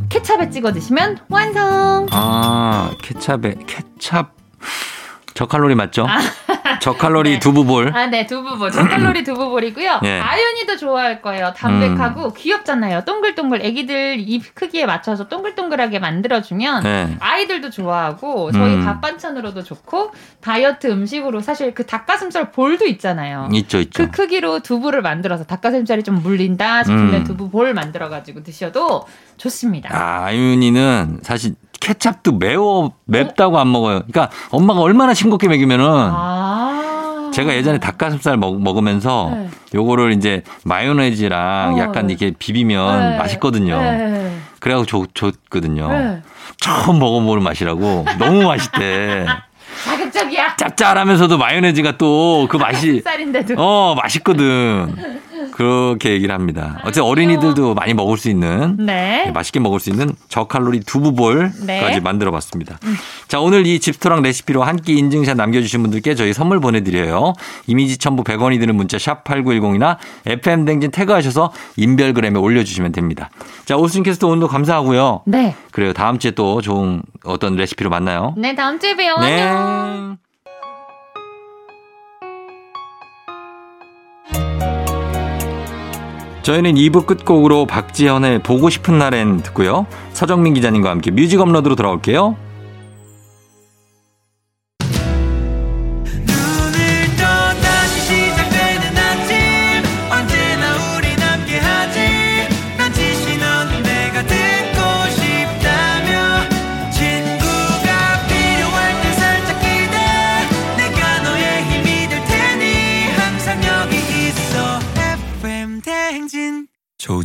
Speaker 3: 케찹에 찍어 드시면 완성.
Speaker 1: 아, 케찹에 케찹 저칼로리 맞죠? 저칼로리
Speaker 3: *laughs* 네.
Speaker 1: 두부볼.
Speaker 3: 아, 네, 두부볼. 저칼로리 두부볼이고요.
Speaker 1: 예. 음.
Speaker 3: 아연이도 좋아할 거예요. 담백하고 귀엽잖아요. 동글동글 애기들 입 크기에 맞춰서 동글동글하게 만들어주면
Speaker 1: 네.
Speaker 3: 아이들도 좋아하고 저희
Speaker 1: 음.
Speaker 3: 밥 반찬으로도 좋고 다이어트 음식으로 사실 그 닭가슴살 볼도 있잖아요.
Speaker 1: 있죠, 있죠.
Speaker 3: 그 크기로 두부를 만들어서 닭가슴살이 좀 물린다 싶으면
Speaker 1: 음.
Speaker 3: 두부 볼 만들어 가지고 드셔도 좋습니다.
Speaker 1: 아, 아윤이는 사실 케찹도 매워 맵다고 안 먹어요. 그러니까 엄마가 얼마나 싱겁게 먹이면은
Speaker 3: 아.
Speaker 1: 제가 예전에 닭가슴살 먹, 먹으면서
Speaker 3: 네.
Speaker 1: 요거를 이제 마요네즈랑
Speaker 3: 어,
Speaker 1: 약간
Speaker 3: 네.
Speaker 1: 이렇게 비비면
Speaker 3: 네.
Speaker 1: 맛있거든요. 어.
Speaker 3: 네.
Speaker 1: 그래갖고 좋, 좋거든요.
Speaker 3: 네.
Speaker 1: 처음 먹어보는 맛이라고 너무
Speaker 3: *laughs*
Speaker 1: 맛있대.
Speaker 3: 자극적이야.
Speaker 1: 짭짤하면서도 마요네즈가 또 그 맛이
Speaker 3: 쌀인데도.
Speaker 1: 어, 맛있거든. 그렇게 얘기를 합니다. 어쨌든 어린이들도 많이 먹을 수 있는 예,
Speaker 3: 네.
Speaker 1: 맛있게 먹을 수 있는 저칼로리 두부볼까지
Speaker 3: 네.
Speaker 1: 만들어 봤습니다. 자, 오늘 이 집토랑 레시피로 한 끼 인증샷 남겨주신 분들께 저희 선물 보내드려요. 이미지 첨부 100원이 드는 문자 샵8910이나 FM댕진 태그하셔서 인별그램에 올려주시면 됩니다. 자, 오수진 캐스터 오늘도 감사하고요.
Speaker 3: 네.
Speaker 1: 그래요. 다음 주에 또 좋은 어떤 레시피로 만나요.
Speaker 3: 네, 다음 주에 봬요. 안녕.
Speaker 1: 네. 저희는 2부 끝곡으로 박지현의 보고 싶은 날엔 듣고요. 서정민 기자님과 함께 뮤직 업로드로 돌아올게요.
Speaker 4: 눈을 떠 다시 시작되는 아침 언제나 우리 함께하지 난 지시 넌 내가 듣고 싶다며 친구가 필요할 때 살짝 기대 내가 너의 힘이 될 테니 항상 여기 있어 FM 대행진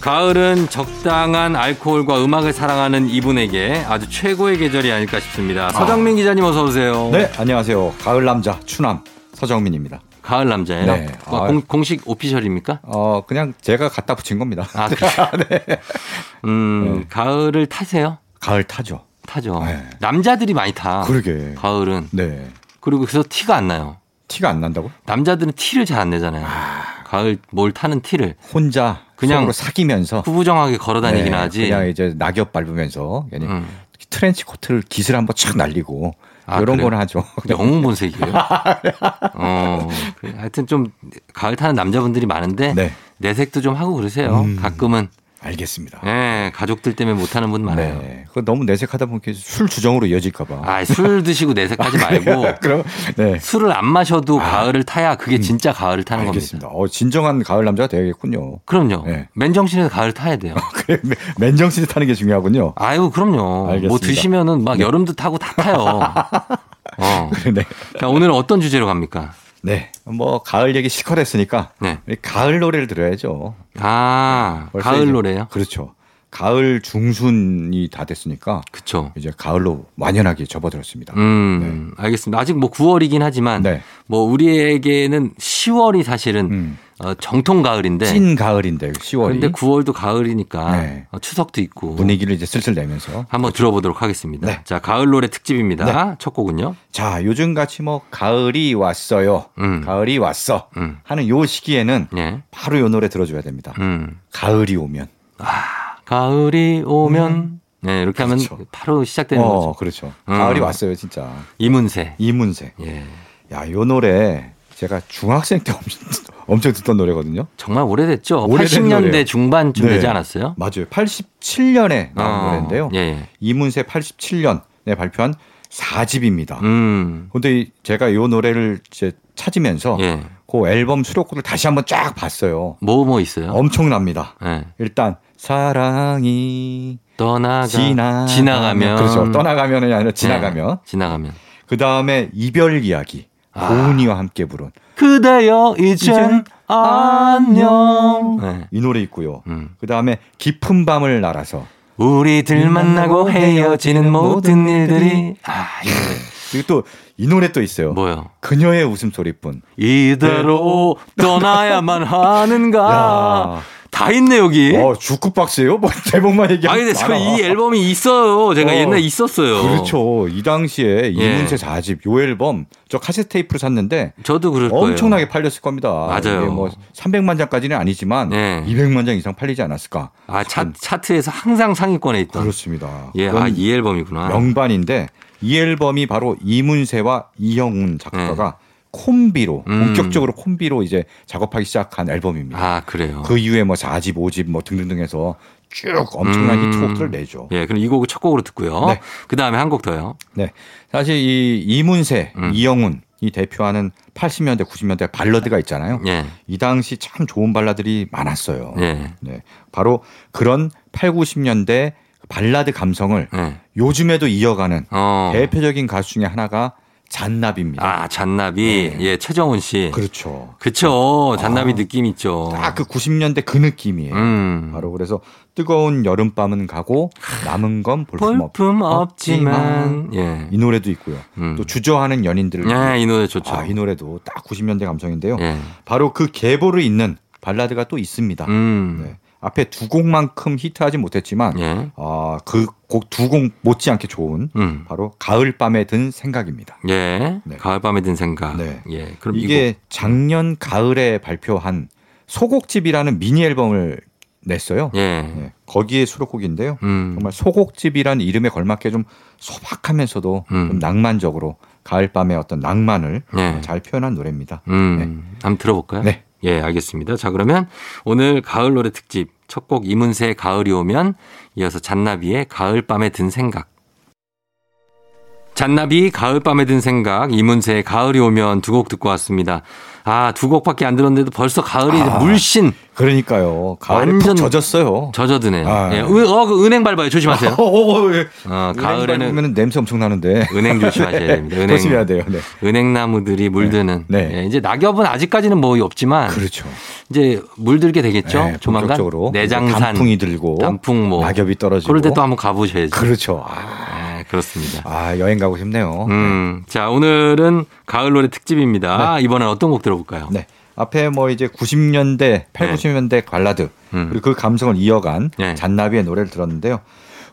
Speaker 1: 가을은 적당한 알코올과 음악을 사랑하는 이분에게 아주 최고의 계절이 아닐까 싶습니다. 서정민 기자님 어서 오세요.
Speaker 5: 네, 안녕하세요. 가을 남자 추남 서정민입니다.
Speaker 1: 가을 남자예요.
Speaker 5: 네.
Speaker 1: 와, 공, 공식 오피셜입니까?
Speaker 5: 어, 그냥 제가 갖다 붙인 겁니다. 네.
Speaker 1: 아,
Speaker 5: *laughs*
Speaker 1: 그래요? 음, 가을을 타세요?
Speaker 5: 가을 타죠.
Speaker 1: 타죠.
Speaker 5: 네.
Speaker 1: 남자들이 많이 타.
Speaker 5: 그러게.
Speaker 1: 가을은.
Speaker 5: 네.
Speaker 1: 그리고 그래서 티가 안 나요.
Speaker 5: 티가 안 난다고?
Speaker 1: 남자들은 티를 잘 안 내잖아요. 가을 뭘 타는 티를
Speaker 5: 혼자
Speaker 1: 그냥
Speaker 5: 그냥 속으로 사귀면서
Speaker 1: 구부정하게 걸어 다니긴
Speaker 5: 네,
Speaker 1: 하지.
Speaker 5: 그냥 이제 낙엽 밟으면서 괜히
Speaker 1: 음.
Speaker 5: 트렌치 코트를 깃을 한번 착 날리고
Speaker 1: 아,
Speaker 5: 이런
Speaker 1: 그래요?
Speaker 5: 걸 하죠.
Speaker 1: 영웅 본색이에요. 어, 그래. 하여튼 좀 가을 타는 남자분들이 많은데
Speaker 5: 네.
Speaker 1: 내색도 좀 하고 그러세요.
Speaker 5: 음.
Speaker 1: 가끔은
Speaker 5: 알겠습니다.
Speaker 1: 예, 가족들 때문에 못 하는 분 많아요.
Speaker 5: 네. 그거 너무 내색하다 보면 이렇게 술 주정으로 이어질까 봐.
Speaker 1: 아, 술 드시고 내색하지 말고
Speaker 5: 그럼 *laughs* 네.
Speaker 1: 술을 안 마셔도
Speaker 5: 아.
Speaker 1: 가을을 타야 그게 진짜 가을을 타는
Speaker 5: 알겠습니다.
Speaker 1: 겁니다.
Speaker 5: 어, 진정한 가을 남자가 되겠군요. *laughs*
Speaker 1: 그럼요.
Speaker 5: 네.
Speaker 1: 맨정신에서 가을 타야 돼요.
Speaker 5: 그래, 맨정신에 타는 게 중요하군요. *laughs*
Speaker 1: 아유, 그럼요. 뭐
Speaker 5: 알겠습니다.
Speaker 1: 드시면은 막 여름도 타고 다
Speaker 5: *laughs*
Speaker 1: 타요. 어.
Speaker 5: 네.
Speaker 1: 자, 오늘은 어떤 주제로 갑니까?
Speaker 5: 네. 뭐 가을 얘기 실컷 했으니까
Speaker 1: 네.
Speaker 5: 우리 가을 노래를 들어야죠.
Speaker 1: 아,
Speaker 5: 벌써
Speaker 1: 가을
Speaker 5: 이제-
Speaker 1: 노래요?
Speaker 5: 그렇죠. 가을 중순이 다 됐으니까
Speaker 1: 그쵸.
Speaker 5: 이제 가을로 완연하게 접어들었습니다.
Speaker 1: 음, 알겠습니다. 아직 뭐 9월이긴 하지만
Speaker 5: 네.
Speaker 1: 뭐 우리에게는 10월이 사실은
Speaker 5: 음.
Speaker 1: 어, 정통 가을인데
Speaker 5: 찐 가을인데 10월이
Speaker 1: 그런데 9월도 가을이니까
Speaker 5: 네.
Speaker 1: 어, 추석도 있고
Speaker 5: 분위기를 이제 슬슬 내면서
Speaker 1: 한번 들어보도록 하겠습니다.
Speaker 5: 네.
Speaker 1: 자, 가을 노래 특집입니다. 첫 곡은요.
Speaker 5: 자 요즘 같이 뭐 가을이 왔어요,
Speaker 1: 음.
Speaker 5: 가을이 왔어
Speaker 1: 음.
Speaker 5: 하는 요 시기에는
Speaker 1: 예.
Speaker 5: 바로 요 노래 들어줘야 됩니다.
Speaker 1: 음.
Speaker 5: 가을이 오면
Speaker 1: 가을이 오면 네, 이렇게 하면
Speaker 5: 음. 그렇죠.
Speaker 1: 바로 시작되는
Speaker 5: 어
Speaker 1: 거죠.
Speaker 5: 그렇죠.
Speaker 1: 음.
Speaker 5: 가을이 왔어요 진짜
Speaker 1: 이문세.
Speaker 5: 이문세.
Speaker 1: 예.
Speaker 5: 야요 노래 제가 중학생 때 엄청 듣던 노래거든요.
Speaker 1: 정말 오래됐죠.
Speaker 5: 오래된
Speaker 1: 80년대
Speaker 5: 노래예요.
Speaker 1: 중반쯤
Speaker 5: 네.
Speaker 1: 되지 않았어요?
Speaker 5: 맞아요. 87년에 나온
Speaker 1: 어,
Speaker 5: 노래인데요.
Speaker 1: 예, 예.
Speaker 5: 이문세 87년에 발표한 4집입니다.
Speaker 1: 음.
Speaker 5: 근데 이- 제가 이 노래를 이제 찾으면서
Speaker 1: 예.
Speaker 5: 그 앨범 수록곡을 다시 한번 쫙 봤어요.
Speaker 1: 뭐 뭐 있어요?
Speaker 5: 엄청납니다.
Speaker 1: 예.
Speaker 5: 일단 사랑이
Speaker 1: 떠나가
Speaker 5: 지나
Speaker 1: 지나가면
Speaker 5: 그렇죠. 떠나가면이 아니라 지나가면
Speaker 1: 네, 지나가면
Speaker 5: 그 다음에 이별 이야기
Speaker 1: 아.
Speaker 5: 고은이와 함께 부른
Speaker 1: 그대여
Speaker 5: 이젠 안녕.
Speaker 1: 네.
Speaker 5: 이 노래 있고요.
Speaker 1: 음.
Speaker 5: 그 다음에 깊은 밤을 날아서
Speaker 1: 우리들 만나고 헤어지는 모든 일들이 아, 이 노래.
Speaker 5: 그리고 또 이 노래 또 있어요.
Speaker 1: 뭐요?
Speaker 5: 그녀의 웃음소리뿐
Speaker 1: 이대로
Speaker 5: 네. *laughs*
Speaker 1: 떠나야만 하는가
Speaker 5: 야.
Speaker 1: 다 있네 여기.
Speaker 5: 어, 주크박스예요? 뭐 *laughs* 제목만
Speaker 1: 예? 아
Speaker 5: 얘기하면
Speaker 1: 근데 저
Speaker 5: 많아.
Speaker 1: 이 앨범이 있어요. 제가
Speaker 5: 어.
Speaker 1: 옛날에 있었어요.
Speaker 5: 그렇죠. 이
Speaker 1: 예.
Speaker 5: 당시에 이문세 4집 요 앨범 저 카세트 테이프로 샀는데
Speaker 1: 저도 그럴 거예요.
Speaker 5: 엄청나게 팔렸을 겁니다.
Speaker 1: 맞아요.
Speaker 5: 이게 뭐 300만 장까지는 아니지만
Speaker 1: 네.
Speaker 5: 200만 장 이상 팔리지 않았을까?
Speaker 1: 아 차, 차트에서 항상 상위권에 있던.
Speaker 5: 그렇습니다.
Speaker 1: 예,
Speaker 5: 그런
Speaker 1: 아이 앨범이구나.
Speaker 5: 명반인데 이 앨범이 바로 이문세와 이영훈 작가가 콤비로
Speaker 1: 예. 음.
Speaker 5: 본격적으로 콤비로 이제 작업하기 시작한 앨범입니다.
Speaker 1: 아 그래요.
Speaker 5: 그 이후에 뭐 4집, 5집 뭐 등등등 해서 쭉 엄청난
Speaker 1: 음.
Speaker 5: 히트곡들을 내죠.
Speaker 1: 예, 그럼 이 곡을 첫 곡으로 듣고요.
Speaker 5: 네.
Speaker 1: 그 다음에 한 곡 더요.
Speaker 5: 네. 사실 이 이문세,
Speaker 1: 음.
Speaker 5: 이영훈 이 대표하는 80년대, 90년대 발라드가 있잖아요.
Speaker 1: 예,
Speaker 5: 이 당시 참 좋은 발라드들이 많았어요.
Speaker 1: 예,
Speaker 5: 네. 바로 그런 8, 90년대 발라드 감성을
Speaker 1: 예.
Speaker 5: 요즘에도 이어가는
Speaker 1: 어.
Speaker 5: 대표적인 가수 중에 하나가 잔나비입니다.
Speaker 1: 아, 잔나비. 예, 최정훈 씨.
Speaker 5: 네. 그렇죠.
Speaker 1: 그쵸. 잔나비
Speaker 5: 아.
Speaker 1: 느낌 있죠.
Speaker 5: 딱 그 90년대 그 느낌이에요.
Speaker 1: 음.
Speaker 5: 바로 그래서 뜨거운 여름밤은 가고 남은 건 볼품 없.
Speaker 1: 볼품 없지만. 예.
Speaker 5: 이 노래도 있고요.
Speaker 1: 음.
Speaker 5: 또 주저하는 연인들을
Speaker 1: 예, 이 노래 좋죠.
Speaker 5: 아, 이 노래도 딱 90년대 감성인데요.
Speaker 1: 예.
Speaker 5: 바로 그 계보를 잇는 발라드가 또 있습니다.
Speaker 1: 음.
Speaker 5: 네. 앞에 두 곡만큼 히트하지 못했지만
Speaker 1: 예.
Speaker 5: 아, 그 곡 두 곡 못지않게 좋은
Speaker 1: 음.
Speaker 5: 바로 가을밤에 든 생각입니다.
Speaker 1: 예.
Speaker 5: 네.
Speaker 1: 가을밤에 든 생각.
Speaker 5: 네.
Speaker 1: 예. 그럼 이게.
Speaker 5: 이게 작년 가을에 발표한 소곡집이라는 미니 앨범을 냈어요.
Speaker 1: 예.
Speaker 5: 네. 거기에 수록곡인데요.
Speaker 1: 음.
Speaker 5: 정말 소곡집이라는 이름에 걸맞게 좀 소박하면서도
Speaker 1: 음.
Speaker 5: 좀 낭만적으로 가을밤의 어떤 낭만을
Speaker 1: 예.
Speaker 5: 잘 표현한 노래입니다.
Speaker 1: 음.
Speaker 5: 네.
Speaker 1: 한번 들어볼까요?
Speaker 5: 네.
Speaker 1: 예, 알겠습니다. 자, 그러면 오늘 가을 노래 특집 첫 곡 이문세의 가을이 오면 이어서 잔나비의 가을밤에 든 생각. 잔나비 가을밤에 든 생각 이문세의 가을이 오면 두 곡 듣고 왔습니다. 아 두 곡밖에 안 들었는데도 벌써 가을이
Speaker 5: 아.
Speaker 1: 물씬
Speaker 5: 그러니까요. 가을에
Speaker 1: 완전-
Speaker 5: 푹 젖었어요.
Speaker 1: 젖어드네요.
Speaker 5: 아.
Speaker 1: 예, 은- 어, 그 은행 밟아요. 조심하세요.
Speaker 5: *laughs* 어, 어, 어, 예.
Speaker 1: 어,
Speaker 5: 가을에는
Speaker 1: 가을에는
Speaker 5: 보면 냄새 엄청 나는데
Speaker 1: 은행 조심하셔야 됩니다. 은행
Speaker 5: *laughs* 조심해야 돼요. 네.
Speaker 1: 은행나무들이 물드는.
Speaker 5: 네. 네.
Speaker 1: 예, 이제 낙엽은 아직까지는 뭐 없지만
Speaker 5: *laughs* 그렇죠.
Speaker 1: 이제 물들게 되겠죠.
Speaker 5: 네,
Speaker 1: 그렇죠? 조만간
Speaker 5: 본격적으로
Speaker 1: 내장산
Speaker 5: 단풍이 들고
Speaker 1: 단풍 뭐
Speaker 5: 낙엽이 떨어지고
Speaker 1: 그럴 때 또 한번 가보셔야죠.
Speaker 5: 그렇죠. 아,
Speaker 1: 예, 그렇습니다.
Speaker 5: 아, 여행 가고 싶네요.
Speaker 1: 음, 자 오늘은 가을 노래 특집입니다. 이번엔 어떤 곡 들어볼까요?
Speaker 5: 네. 앞에 뭐 이제 90년대, 8,
Speaker 1: 네.
Speaker 5: 90년대 발라드
Speaker 1: 음.
Speaker 5: 그리고 그 감성을 이어간
Speaker 1: 네.
Speaker 5: 잔나비의 노래를 들었는데요.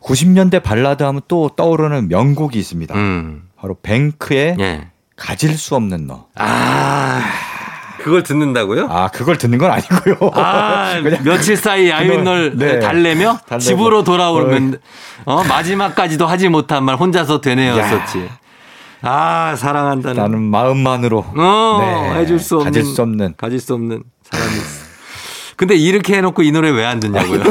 Speaker 5: 90년대 발라드 하면 또 떠오르는 명곡이 있습니다.
Speaker 1: 음,
Speaker 5: 바로 뱅크의
Speaker 1: 예.
Speaker 5: 가질 수 없는 너.
Speaker 1: 아 그걸 듣는다고요?
Speaker 5: 아, 그걸 듣는 건 아니고요. *laughs*
Speaker 1: 아, 며칠 사이 아이널
Speaker 5: 네.
Speaker 1: 달래며
Speaker 5: *laughs* 달래고.
Speaker 1: 집으로 돌아오면 어, 마지막까지도 하지 못한 말 혼자서 되뇌었었지. 아 사랑한다는.
Speaker 5: 나는 마음만으로
Speaker 1: 어,
Speaker 5: 네,
Speaker 1: 해줄 수 없는.
Speaker 5: 가질 수 없는.
Speaker 1: 가질 수 없는 사람이 있어. 근데 이렇게 해놓고 이 노래 왜 안
Speaker 5: 아,
Speaker 1: 듣냐고요?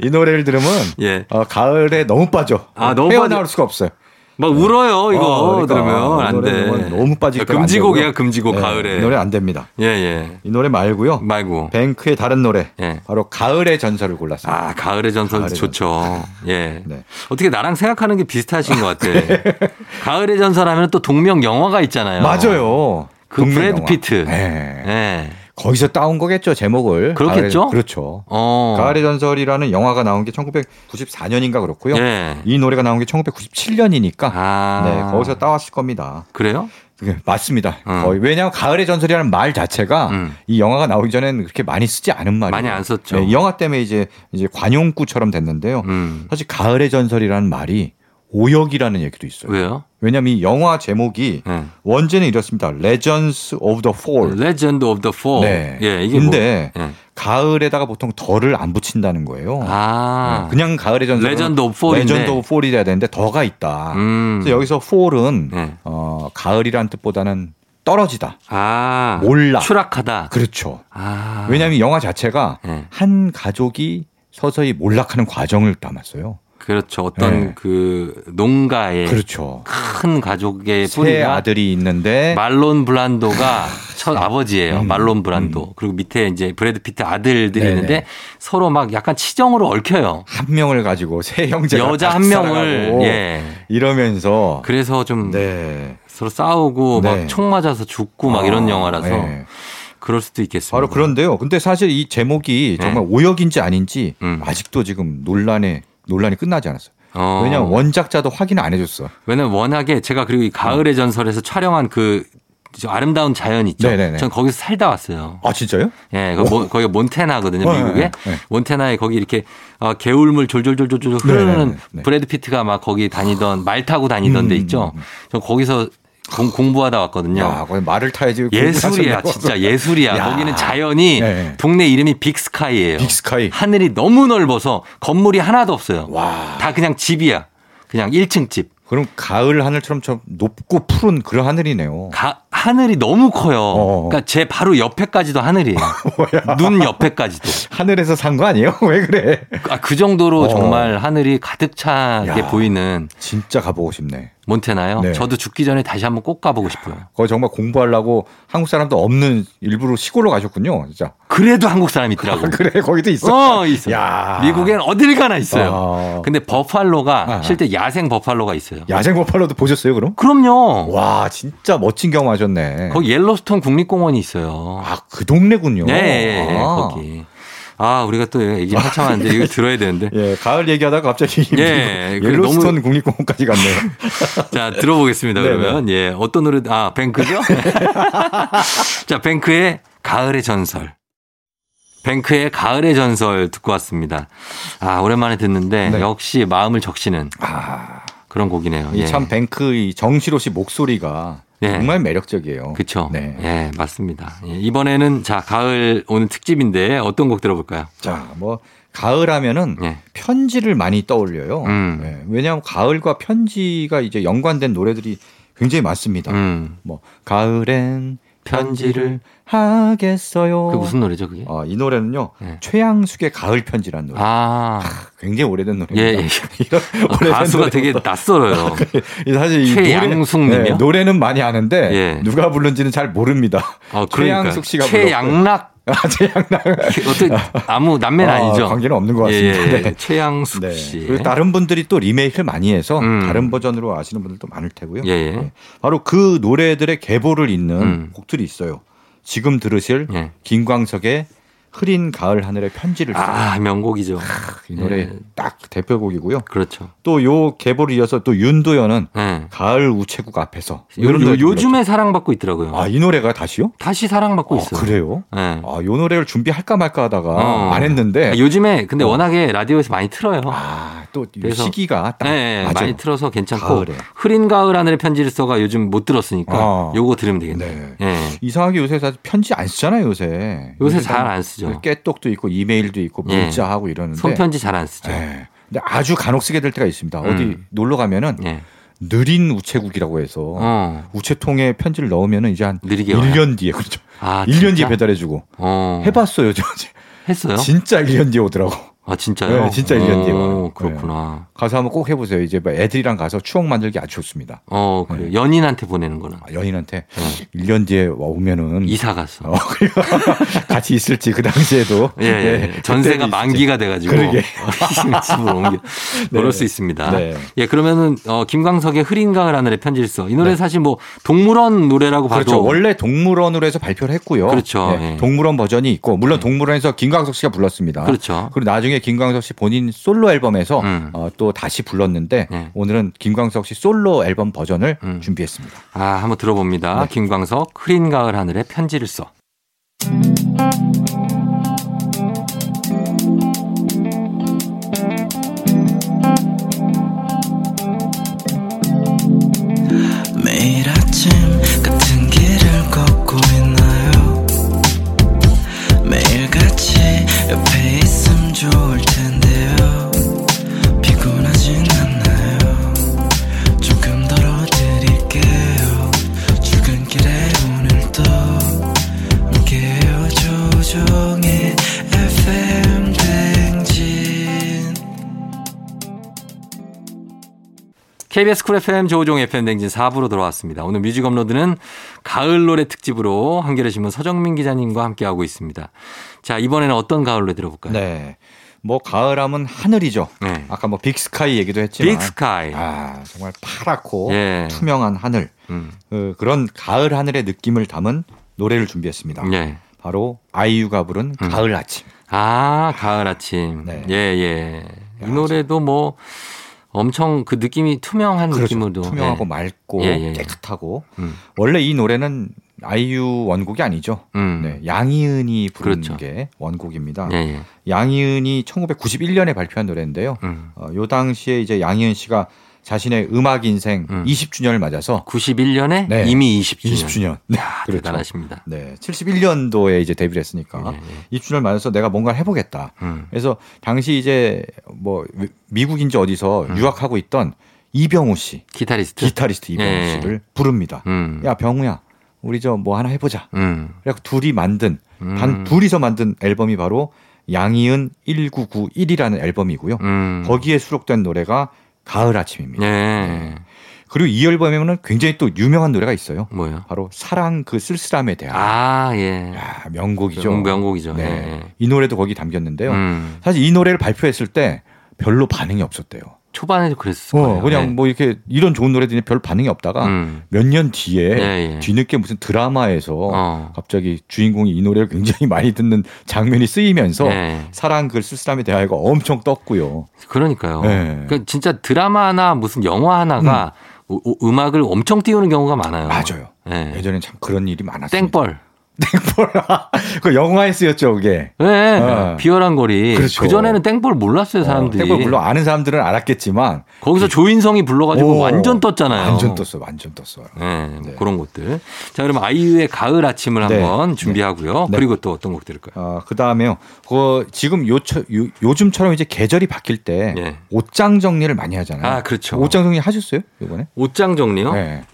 Speaker 5: 이 노래를 들으면
Speaker 1: *laughs* 예.
Speaker 5: 어, 가을에 너무 빠져.
Speaker 1: 아, 너무
Speaker 5: 헤어나올
Speaker 1: 빠져-
Speaker 5: 수가 없어요.
Speaker 1: *laughs* 막 울어요 이거
Speaker 5: 어, 그러니까.
Speaker 1: 들으면
Speaker 5: 이
Speaker 1: 안
Speaker 5: 노래
Speaker 1: 돼.
Speaker 5: 들으면
Speaker 1: 그러니까
Speaker 5: 너무 빠지니까 안
Speaker 1: 금지곡이야
Speaker 5: 되고요.
Speaker 1: 금지곡
Speaker 5: 네,
Speaker 1: 가을에.
Speaker 5: 이 노래 안 됩니다.
Speaker 1: 예예.
Speaker 5: 이 노래 말고요.
Speaker 1: 말고.
Speaker 5: 뱅크의 다른 노래.
Speaker 1: 예.
Speaker 5: 바로 가을의 전설을 골랐습니다.
Speaker 1: 아 가을의 전설
Speaker 5: 가을의
Speaker 1: 좋죠. 예.
Speaker 5: 네.
Speaker 1: 어떻게 나랑 생각하는 게 비슷하신 것
Speaker 5: *laughs*
Speaker 1: 같아. 가을의 전설하면 또 동명 영화가 있잖아요.
Speaker 5: 맞아요.
Speaker 1: 그
Speaker 5: 동명
Speaker 1: 브래드
Speaker 5: 영화.
Speaker 1: 피트.
Speaker 5: 네.
Speaker 1: 예.
Speaker 5: 거기서 따온 거겠죠 제목을.
Speaker 1: 그렇겠죠?
Speaker 5: 가을의- 그렇죠.
Speaker 1: 어.
Speaker 5: 가을의 전설이라는 영화가 나온 게 1994년인가 그렇고요.
Speaker 1: 예.
Speaker 5: 이 노래가 나온 게 1997년이니까
Speaker 1: 아.
Speaker 5: 네, 거기서 따왔을 겁니다.
Speaker 1: 그래요?
Speaker 5: 그게 예, 맞습니다.
Speaker 1: 음.
Speaker 5: 거의 왜냐하면 가을의 전설이라는 말 자체가
Speaker 1: 음.
Speaker 5: 이 영화가 나오기 전에는 그렇게 많이 쓰지 않은 말이에요.
Speaker 1: 많이 안 썼죠.
Speaker 5: 네, 이 영화 때문에 이제 이제 관용구처럼 됐는데요.
Speaker 1: 음.
Speaker 5: 사실 가을의 전설이라는 말이 오역이라는 얘기도 있어요.
Speaker 1: 왜요?
Speaker 5: 왜냐하면 이 영화 제목이
Speaker 1: 예.
Speaker 5: 원제는 이렇습니다. Legends of the Fall.
Speaker 1: 레전드 오브 더 포.
Speaker 5: 네.
Speaker 1: 예, 이게
Speaker 5: 근데
Speaker 1: 뭐- 예.
Speaker 5: 가을에다가 보통 덜을 안 붙인다는 거예요.
Speaker 1: 아.
Speaker 5: 네, 그냥 가을의 전설
Speaker 1: 레전드 오브 폴인데.
Speaker 5: 레전드 오브 폴이 돼야 되는데 더가 있다.
Speaker 1: 음.
Speaker 5: 그래서 여기서 fall은
Speaker 1: 네.
Speaker 5: 어, 가을이란 뜻보다는 떨어지다.
Speaker 1: 아.
Speaker 5: 몰라.
Speaker 1: 추락하다.
Speaker 5: 그렇죠.
Speaker 1: 아.
Speaker 5: 왜냐하면 이 영화 자체가
Speaker 1: 네.
Speaker 5: 한 가족이 서서히 몰락하는 과정을 담았어요.
Speaker 1: 그렇죠. 어떤
Speaker 5: 네.
Speaker 1: 그 농가의
Speaker 5: 그렇죠.
Speaker 1: 큰 가족의
Speaker 5: 세
Speaker 1: 뿌리가
Speaker 5: 아들이 아, 있는데
Speaker 1: 말론 브란도가 첫 아버지예요. 말론 브란도. 그리고 밑에 이제 브래드 피트 아들들이
Speaker 5: 음. 네네.
Speaker 1: 있는데 서로 막 약간 치정으로 얽혀요.
Speaker 5: 한 명을 가지고 세 형제가
Speaker 1: 여자
Speaker 5: 다
Speaker 1: 한 명을
Speaker 5: 살아가고
Speaker 1: 예.
Speaker 5: 이러면서
Speaker 1: 그래서 좀
Speaker 5: 네.
Speaker 1: 서로 싸우고
Speaker 5: 네.
Speaker 1: 막 총 맞아서 죽고 막 이런
Speaker 5: 아,
Speaker 1: 영화라서
Speaker 5: 네.
Speaker 1: 그럴 수도 있겠습니다.
Speaker 5: 바로 그런데요. 근데 사실 이 제목이
Speaker 1: 네.
Speaker 5: 정말 오역인지 아닌지
Speaker 1: 음.
Speaker 5: 아직도 지금 논란에 논란이 끝나지 않았어요.
Speaker 1: 어.
Speaker 5: 왜냐하면 원작자도 확인을 안 해줬어.
Speaker 1: 왜냐면 워낙에 제가 그리고 이 가을의 전설에서 촬영한 그저 아름다운 자연 있죠.
Speaker 5: 음. 네네네.
Speaker 1: 전 거기서 살다 왔어요.
Speaker 5: 아 진짜요?
Speaker 1: 예, 거, 기가 몬테나거든요,
Speaker 5: 네,
Speaker 1: 미국에.
Speaker 5: 네, 네.
Speaker 1: 몬테나에 거기 이렇게 어, 개울물 졸졸졸졸 흐르는
Speaker 5: 네, 네, 네.
Speaker 1: 브래드 피트가 막 거기 다니던 말 타고 다니던 데
Speaker 5: 음,
Speaker 1: 있죠. 저 거기서 공, 부하다 왔거든요.
Speaker 5: 야, 거기 말을 타야지.
Speaker 1: 예술이야,
Speaker 5: 공부하셨나
Speaker 1: 진짜
Speaker 5: 봐.
Speaker 1: 예술이야.
Speaker 5: 야.
Speaker 1: 거기는 자연이
Speaker 5: 네.
Speaker 1: 동네 이름이 빅스카이예요.
Speaker 5: *laughs* 빅스카이.
Speaker 1: 하늘이 너무 넓어서 건물이 하나도 없어요.
Speaker 5: 와.
Speaker 1: 다 그냥 집이야. 그냥 1층 집.
Speaker 5: 그럼 가을 하늘처럼 좀 높고 푸른 그런 하늘이네요.
Speaker 1: 가- 하늘이 너무 커요.
Speaker 5: 어.
Speaker 1: 그러니까 제 바로 옆에까지도
Speaker 5: *laughs*
Speaker 1: 하늘이에요. 눈 옆에까지도.
Speaker 5: 하늘에서 산 거 아니에요? *laughs* 왜 그래?
Speaker 1: 아, 그 정도로
Speaker 5: 어.
Speaker 1: 정말 하늘이 가득 차게
Speaker 5: 야.
Speaker 1: 보이는
Speaker 5: 진짜 가보고 싶네.
Speaker 1: 몬테나요.
Speaker 5: 네.
Speaker 1: 저도 죽기 전에 다시 한번 꼭 가보고 싶어요.
Speaker 5: 거기 정말 공부하려고 한국 사람도 없는 일부러 시골로 가셨군요. 진짜. 아,
Speaker 1: 그래도 한국 사람이 있더라고.
Speaker 5: 그래, 거기도 있어.
Speaker 1: 어, 있어요.
Speaker 5: 야.
Speaker 1: 미국엔 어딜 가나 있어요.
Speaker 5: 아.
Speaker 1: 근데 버팔로가
Speaker 5: 아.
Speaker 1: 실제 야생 버팔로가 있어요.
Speaker 5: 야생 버팔로도 보셨어요, 그럼?
Speaker 1: 그럼요.
Speaker 5: 와, 진짜 멋진 경험하셨네.
Speaker 1: 거기 옐로스톤 국립공원이 있어요.
Speaker 5: 아, 그 동네군요.
Speaker 1: 예, 예, 예,
Speaker 5: 아.
Speaker 1: 거기. 아, 우리가 또 얘기 한참 하는데 이거 들어야 되는데.
Speaker 5: 예, 가을 얘기하다가 갑자기
Speaker 1: 예,
Speaker 5: 미국
Speaker 1: 그
Speaker 5: 옐로스톤
Speaker 1: 너무-
Speaker 5: 국립공원까지
Speaker 1: *laughs*
Speaker 5: 갔네요.
Speaker 1: 자, 들어보겠습니다,
Speaker 5: 네네.
Speaker 1: 그러면. 예, 어떤 노래, 아, 뱅크죠? *laughs* 자, 뱅크의 가을의 전설. 뱅크의 가을의 전설 듣고 왔습니다. 아, 오랜만에 듣는데,
Speaker 5: 네.
Speaker 1: 역시 마음을 적시는
Speaker 5: 아,
Speaker 1: 그런 곡이네요. 예.
Speaker 5: 이 참 뱅크의 정시로 씨 목소리가
Speaker 1: 예.
Speaker 5: 정말 매력적이에요.
Speaker 1: 그쵸.
Speaker 5: 네.
Speaker 1: 예, 맞습니다. 예, 이번에는, 자, 가을 오늘 특집인데, 어떤 곡 들어볼까요?
Speaker 5: 자, 뭐 가을 하면은
Speaker 1: 예.
Speaker 5: 편지를 많이 떠올려요.
Speaker 1: 음.
Speaker 5: 예, 왜냐하면 가을과 편지가 이제 연관된 노래들이 굉장히 많습니다.
Speaker 1: 음,
Speaker 5: 뭐 가을엔
Speaker 1: 편지를
Speaker 5: 하겠어요.
Speaker 1: 그게 무슨 노래죠 그게?
Speaker 5: 아, 이 노래는요.
Speaker 1: 네.
Speaker 5: 최양숙의 가을 편지라는 노래.
Speaker 1: 아,
Speaker 5: 굉장히 오래된
Speaker 1: 예,
Speaker 5: 노래입니다.
Speaker 1: 예.
Speaker 5: *laughs* 이런
Speaker 1: 아,
Speaker 5: 오래된
Speaker 1: 가수가
Speaker 5: 노래부터-
Speaker 1: 되게 낯설어요.
Speaker 5: 사실 *laughs* 이
Speaker 1: 최양숙
Speaker 5: 노래,
Speaker 1: 님이요?
Speaker 5: 네, 노래는 많이 아는데
Speaker 1: 예.
Speaker 5: 누가 부른지는 잘 모릅니다.
Speaker 1: 아, 그러니까.
Speaker 5: 최양숙 씨가
Speaker 1: 최양락
Speaker 5: *laughs* 아, 최양락
Speaker 1: *laughs* 어떻게 아무 남매는
Speaker 5: 아,
Speaker 1: 아니죠?
Speaker 5: 관계는 없는 것 같습니다.
Speaker 1: 예, 예, 예.
Speaker 5: 네.
Speaker 1: 최양숙
Speaker 5: 네.
Speaker 1: 씨.
Speaker 5: 그리고 다른 분들이 또 리메이크를 많이 해서
Speaker 1: 음.
Speaker 5: 다른 버전으로 아시는 분들도 많을 테고요.
Speaker 1: 예, 예.
Speaker 5: 네. 바로 그 노래들의 계보를 잇는
Speaker 1: 음.
Speaker 5: 곡들이 있어요. 지금 들으실
Speaker 1: 예.
Speaker 5: 김광석의 흐린 가을 하늘의 편지를 써요.
Speaker 1: 아, 명곡이죠.
Speaker 5: 이 노래
Speaker 1: 예.
Speaker 5: 딱 대표곡이고요.
Speaker 1: 그렇죠.
Speaker 5: 또 요 계보를 이어서 또 윤도현은
Speaker 1: 예.
Speaker 5: 가을 우체국 앞에서
Speaker 1: 요,
Speaker 5: 이런 노래도
Speaker 1: 즘에 사랑받고 있더라고요.
Speaker 5: 불렀죠. 아, 이 노래가 다시요?
Speaker 1: 다시 사랑받고
Speaker 5: 어,
Speaker 1: 있어요.
Speaker 5: 그래요?
Speaker 1: 예.
Speaker 5: 아, 요 노래를 준비할까 말까 하다가
Speaker 1: 어.
Speaker 5: 안 했는데
Speaker 1: 아, 요즘에 근데 워낙에 라디오에서 많이 틀어요.
Speaker 5: 네. 어. 아, 또이
Speaker 1: 그래서-
Speaker 5: 시기가 딱
Speaker 1: 네,
Speaker 5: 맞아요.
Speaker 1: 많이 틀어서 괜찮고
Speaker 5: 가을에.
Speaker 1: 흐린 가을 하늘의 편지를 써가 요즘 못 들었으니까
Speaker 5: 아.
Speaker 1: 요거 들으면 되겠네요.
Speaker 5: 네.
Speaker 1: 예.
Speaker 5: 이상하게 요새 사실 편지 안 쓰잖아요, 요새.
Speaker 1: 요새 잘 안 쓰죠.
Speaker 5: 그 깨똑도 있고 이메일도 있고
Speaker 1: 예.
Speaker 5: 문자하고 이러는데.
Speaker 1: 손편지 잘 안 쓰죠.
Speaker 5: 예. 근데 아주 간혹 쓰게 될 때가 있습니다. 어디
Speaker 1: 음.
Speaker 5: 놀러 가면은
Speaker 1: 예.
Speaker 5: 느린 우체국이라고 해서
Speaker 1: 어.
Speaker 5: 우체통에 편지를 넣으면은 이제 한
Speaker 1: 느리게 와요.
Speaker 5: 1년 뒤에 그렇죠.
Speaker 1: 아,
Speaker 5: 1년 뒤에
Speaker 1: 진짜?
Speaker 5: 배달해 주고
Speaker 1: 어.
Speaker 5: 해 봤어요, 저.
Speaker 1: 했어요?
Speaker 5: 진짜 1년 뒤에 오더라고.
Speaker 1: 아, 진짜요?
Speaker 5: 네, 진짜 네. 일년 뒤에 와요.
Speaker 1: 어, 그렇구나.
Speaker 5: 가서 한번 꼭 해보세요. 이제 뭐 애들이랑 가서 추억 만들기 아주 좋습니다.
Speaker 1: 어, 그래.
Speaker 5: 네.
Speaker 1: 연인한테 보내는 거는
Speaker 5: 아, 연인한테 1년 뒤에 와- 오면은
Speaker 1: 어. 이사 갔어.
Speaker 5: 어, 그리고 *laughs* 같이 있을지 그 당시에도
Speaker 1: 예, 예.
Speaker 5: 네,
Speaker 1: 전세가
Speaker 5: 그때도
Speaker 1: 만기가 돼가지고 어,
Speaker 5: 그러게.
Speaker 1: 집으로 뭐 옮겨 그럴 수 있습니다.
Speaker 5: 네.
Speaker 1: 예, 그러면은 어, 김광석의 흐린 가을 하늘의 편지일서 이 노래 사실 뭐 동물원 노래라고 봐도
Speaker 5: 네. 그렇죠. 원래 동물원으로 해서 발표를 했고요. 네.
Speaker 1: 그렇죠. 예.
Speaker 5: 동물원 버전이 있고 물론 동물원에서 김광석 씨가 불렀습니다.
Speaker 1: 그렇죠.
Speaker 5: 리고 아, 나중에 김광석 씨 본인 솔로 앨범에서
Speaker 1: 음.
Speaker 5: 어, 또 다시 불렀는데
Speaker 1: 네.
Speaker 5: 오늘은 김광석 씨 솔로 앨범 버전을
Speaker 1: 음.
Speaker 5: 준비했습니다.
Speaker 1: 아, 한번 들어봅니다.
Speaker 5: 네.
Speaker 1: 김광석 흐린 가을 하늘의 편지를 써.
Speaker 4: 매일 아침 같은 길을 걷고 있나요 매일 같이 옆에 있음 좋을 텐데요 피곤하진 않나요 조금 덜어드릴게요 출근길에 오늘도 함께해요 조종의 FM 댕진
Speaker 1: KBS 쿨 FM 조우종 FM 댕진 4부로 돌아왔습니다. 오늘 뮤직 업로드는 가을 노래 특집으로 한겨레신문 서정민 기자님과 함께하고 있습니다. 자, 이번에는 어떤 가을 노래 들어볼까요?
Speaker 5: 네. 뭐 가을하면 하늘이죠.
Speaker 1: 네.
Speaker 5: 아까 뭐 빅스카이 얘기도 했지만
Speaker 1: 빅스카이.
Speaker 5: 아 정말 파랗고
Speaker 1: 예.
Speaker 5: 투명한 하늘
Speaker 1: 음.
Speaker 5: 어, 그런 가을 하늘의 느낌을 담은 노래를 준비했습니다.
Speaker 1: 예.
Speaker 5: 바로 아이유가 부른
Speaker 1: 음.
Speaker 5: 가을 아침.
Speaker 1: 아, 가을 아침.
Speaker 5: 네.
Speaker 1: 예, 예. 이
Speaker 5: 야,
Speaker 1: 노래도 뭐 엄청 그 느낌이 투명한 느낌으로.
Speaker 5: 그렇죠. 투명하고
Speaker 1: 예.
Speaker 5: 맑고
Speaker 1: 예, 예.
Speaker 5: 깨끗하고
Speaker 1: 음.
Speaker 5: 원래 이 노래는 아이유 원곡이 아니죠.
Speaker 1: 음.
Speaker 5: 네, 양희은이 부른
Speaker 1: 그렇죠.
Speaker 5: 게 원곡입니다.
Speaker 1: 예, 예.
Speaker 5: 양희은이 1991년에 발표한 노래인데요.
Speaker 1: 음.
Speaker 5: 어, 요 당시에 이제 양희은 씨가 자신의 음악 인생
Speaker 1: 음.
Speaker 5: 20주년을 맞아서
Speaker 1: 91년에
Speaker 5: 네.
Speaker 1: 이미 20주년.
Speaker 5: 20주년. 네,
Speaker 1: 아,
Speaker 5: 그렇죠.
Speaker 1: 대단하십니다.
Speaker 5: 네, 71년도에 이제 데뷔를 했으니까
Speaker 1: 예, 예.
Speaker 5: 20주년을 맞아서 내가 뭔가를 해보겠다.
Speaker 1: 음.
Speaker 5: 그래서 당시 이제 뭐 미국인지 어디서 유학하고 있던 이병우 씨,
Speaker 1: 기타리스트.
Speaker 5: 기타리스트 이병우
Speaker 1: 음. 예.
Speaker 5: 씨를 부릅니다.
Speaker 1: 음.
Speaker 5: 야 병우야, 우리 저 뭐 하나 해보자.
Speaker 1: 음.
Speaker 5: 그래서 둘이 만든
Speaker 1: 음.
Speaker 5: 단 둘이서 만든 앨범이 바로 양이은 1991이라는 앨범이고요.
Speaker 1: 음.
Speaker 5: 거기에 수록된 노래가 가을 아침입니다.
Speaker 1: 예.
Speaker 5: 네. 그리고 이 앨범에는 굉장히 또 유명한 노래가 있어요.
Speaker 1: 뭐요?
Speaker 5: 바로 사랑 그 쓸쓸함에 대한
Speaker 1: 아, 예.
Speaker 5: 야, 명곡이죠.
Speaker 1: 음, 명곡이죠.
Speaker 5: 네.
Speaker 1: 예.
Speaker 5: 이 노래도 거기 담겼는데요.
Speaker 1: 음.
Speaker 5: 사실 이 노래를 발표했을 때 별로 반응이 없었대요.
Speaker 1: 초반에도 그랬을
Speaker 5: 어,
Speaker 1: 거예요.
Speaker 5: 그냥
Speaker 1: 예.
Speaker 5: 뭐 이렇게 이런 좋은 노래들이 별 반응이 없다가
Speaker 1: 음.
Speaker 5: 몇 년 뒤에
Speaker 1: 예, 예.
Speaker 5: 네, 뒤늦게 무슨 드라마에서
Speaker 1: 어.
Speaker 5: 갑자기 주인공이 이 노래를 굉장히 많이 듣는 장면이 쓰이면서
Speaker 1: 예.
Speaker 5: 사랑 그 쓸쓸함에 대하여가 엄청 떴고요.
Speaker 1: 그러니까요.
Speaker 5: 예.
Speaker 1: 그러니까 진짜 드라마나 무슨 영화 하나가 우- 우- 음악을 엄청 띄우는 경우가 많아요.
Speaker 5: 맞아요.
Speaker 1: 예.
Speaker 5: 예전엔 참 그런 일이 많았어요.
Speaker 1: 땡벌.
Speaker 5: 그 영화에 쓰였죠, 그게.
Speaker 1: 예.
Speaker 5: 어.
Speaker 1: 비열한 거리. 그
Speaker 5: 그렇죠.
Speaker 1: 전에는 땡벌 몰랐어요, 사람들이.
Speaker 5: 땡벌 뭐 물론 아는 사람들은 알았겠지만
Speaker 1: 거기서 조인성이 불러가지고
Speaker 5: 오,
Speaker 1: 완전 떴잖아요.
Speaker 5: 완전 떴어요, 완전 떴어요.
Speaker 1: 예, 뭐
Speaker 5: 네.
Speaker 1: 그런 것들. 자, 그럼 아이유의 가을 아침을
Speaker 5: 네.
Speaker 1: 한번 준비하고요.
Speaker 5: 네.
Speaker 1: 그리고 또 어떤 곡 들을까요?
Speaker 5: 아, 그 다음에요. 그 지금 요, 즘처럼 이제 계절이 바뀔 때
Speaker 1: 예.
Speaker 5: 네. 옷장 정리를 많이 하잖아요.
Speaker 1: 아, 그렇죠.
Speaker 5: 옷장 정리 하셨어요? 요번에?
Speaker 1: 옷장 정리요?
Speaker 5: 네.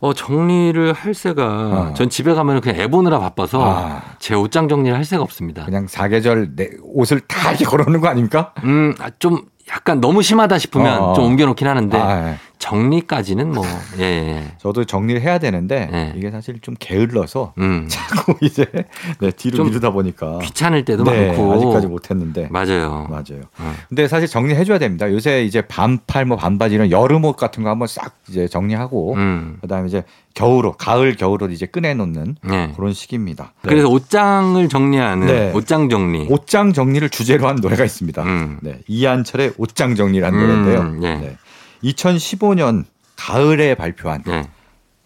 Speaker 1: 어, 정리를 할 새가
Speaker 5: 아.
Speaker 1: 전 집에 가면 그냥 애 보느라 바빠서
Speaker 5: 아.
Speaker 1: 제 옷장 정리를 할 새가 없습니다.
Speaker 5: 그냥 사계절 내 옷을 다 이렇게 걸어놓는 거 아닙니까?
Speaker 1: 음, 아, 좀 약간 너무 심하다 싶으면
Speaker 5: 어.
Speaker 1: 좀 옮겨놓긴 하는데
Speaker 5: 아, 예.
Speaker 1: 정리까지는 뭐, 예, 예.
Speaker 5: 저도 정리를 해야 되는데
Speaker 1: 네.
Speaker 5: 이게 사실 좀 게을러서 *laughs*
Speaker 1: 음.
Speaker 5: 자꾸 이제 네, 뒤로
Speaker 1: 좀
Speaker 5: 미루다 보니까
Speaker 1: 귀찮을 때도
Speaker 5: 네,
Speaker 1: 많고.
Speaker 5: 아직까지 못했는데
Speaker 1: 맞아요.
Speaker 5: 맞아요.
Speaker 1: 음.
Speaker 5: 근데 사실 정리해줘야 됩니다. 요새 이제 반팔 뭐 반바지 이런 여름 옷 같은 거 한번 싹 이제 정리하고
Speaker 1: 음.
Speaker 5: 그다음에 이제 겨울옷, 가을 겨울옷 이제 꺼내놓는
Speaker 1: 네.
Speaker 5: 그런 시기입니다. 네.
Speaker 1: 그래서 옷장을 정리하는
Speaker 5: 네.
Speaker 1: 옷장 정리.
Speaker 5: 옷장 정리를 주제로 한 노래가 있습니다.
Speaker 1: 음.
Speaker 5: 네, 이한철의 옷장 정리라는
Speaker 1: 음,
Speaker 5: 노래인데요.
Speaker 1: 예.
Speaker 5: 네. 2015년 가을에 발표한
Speaker 1: 네.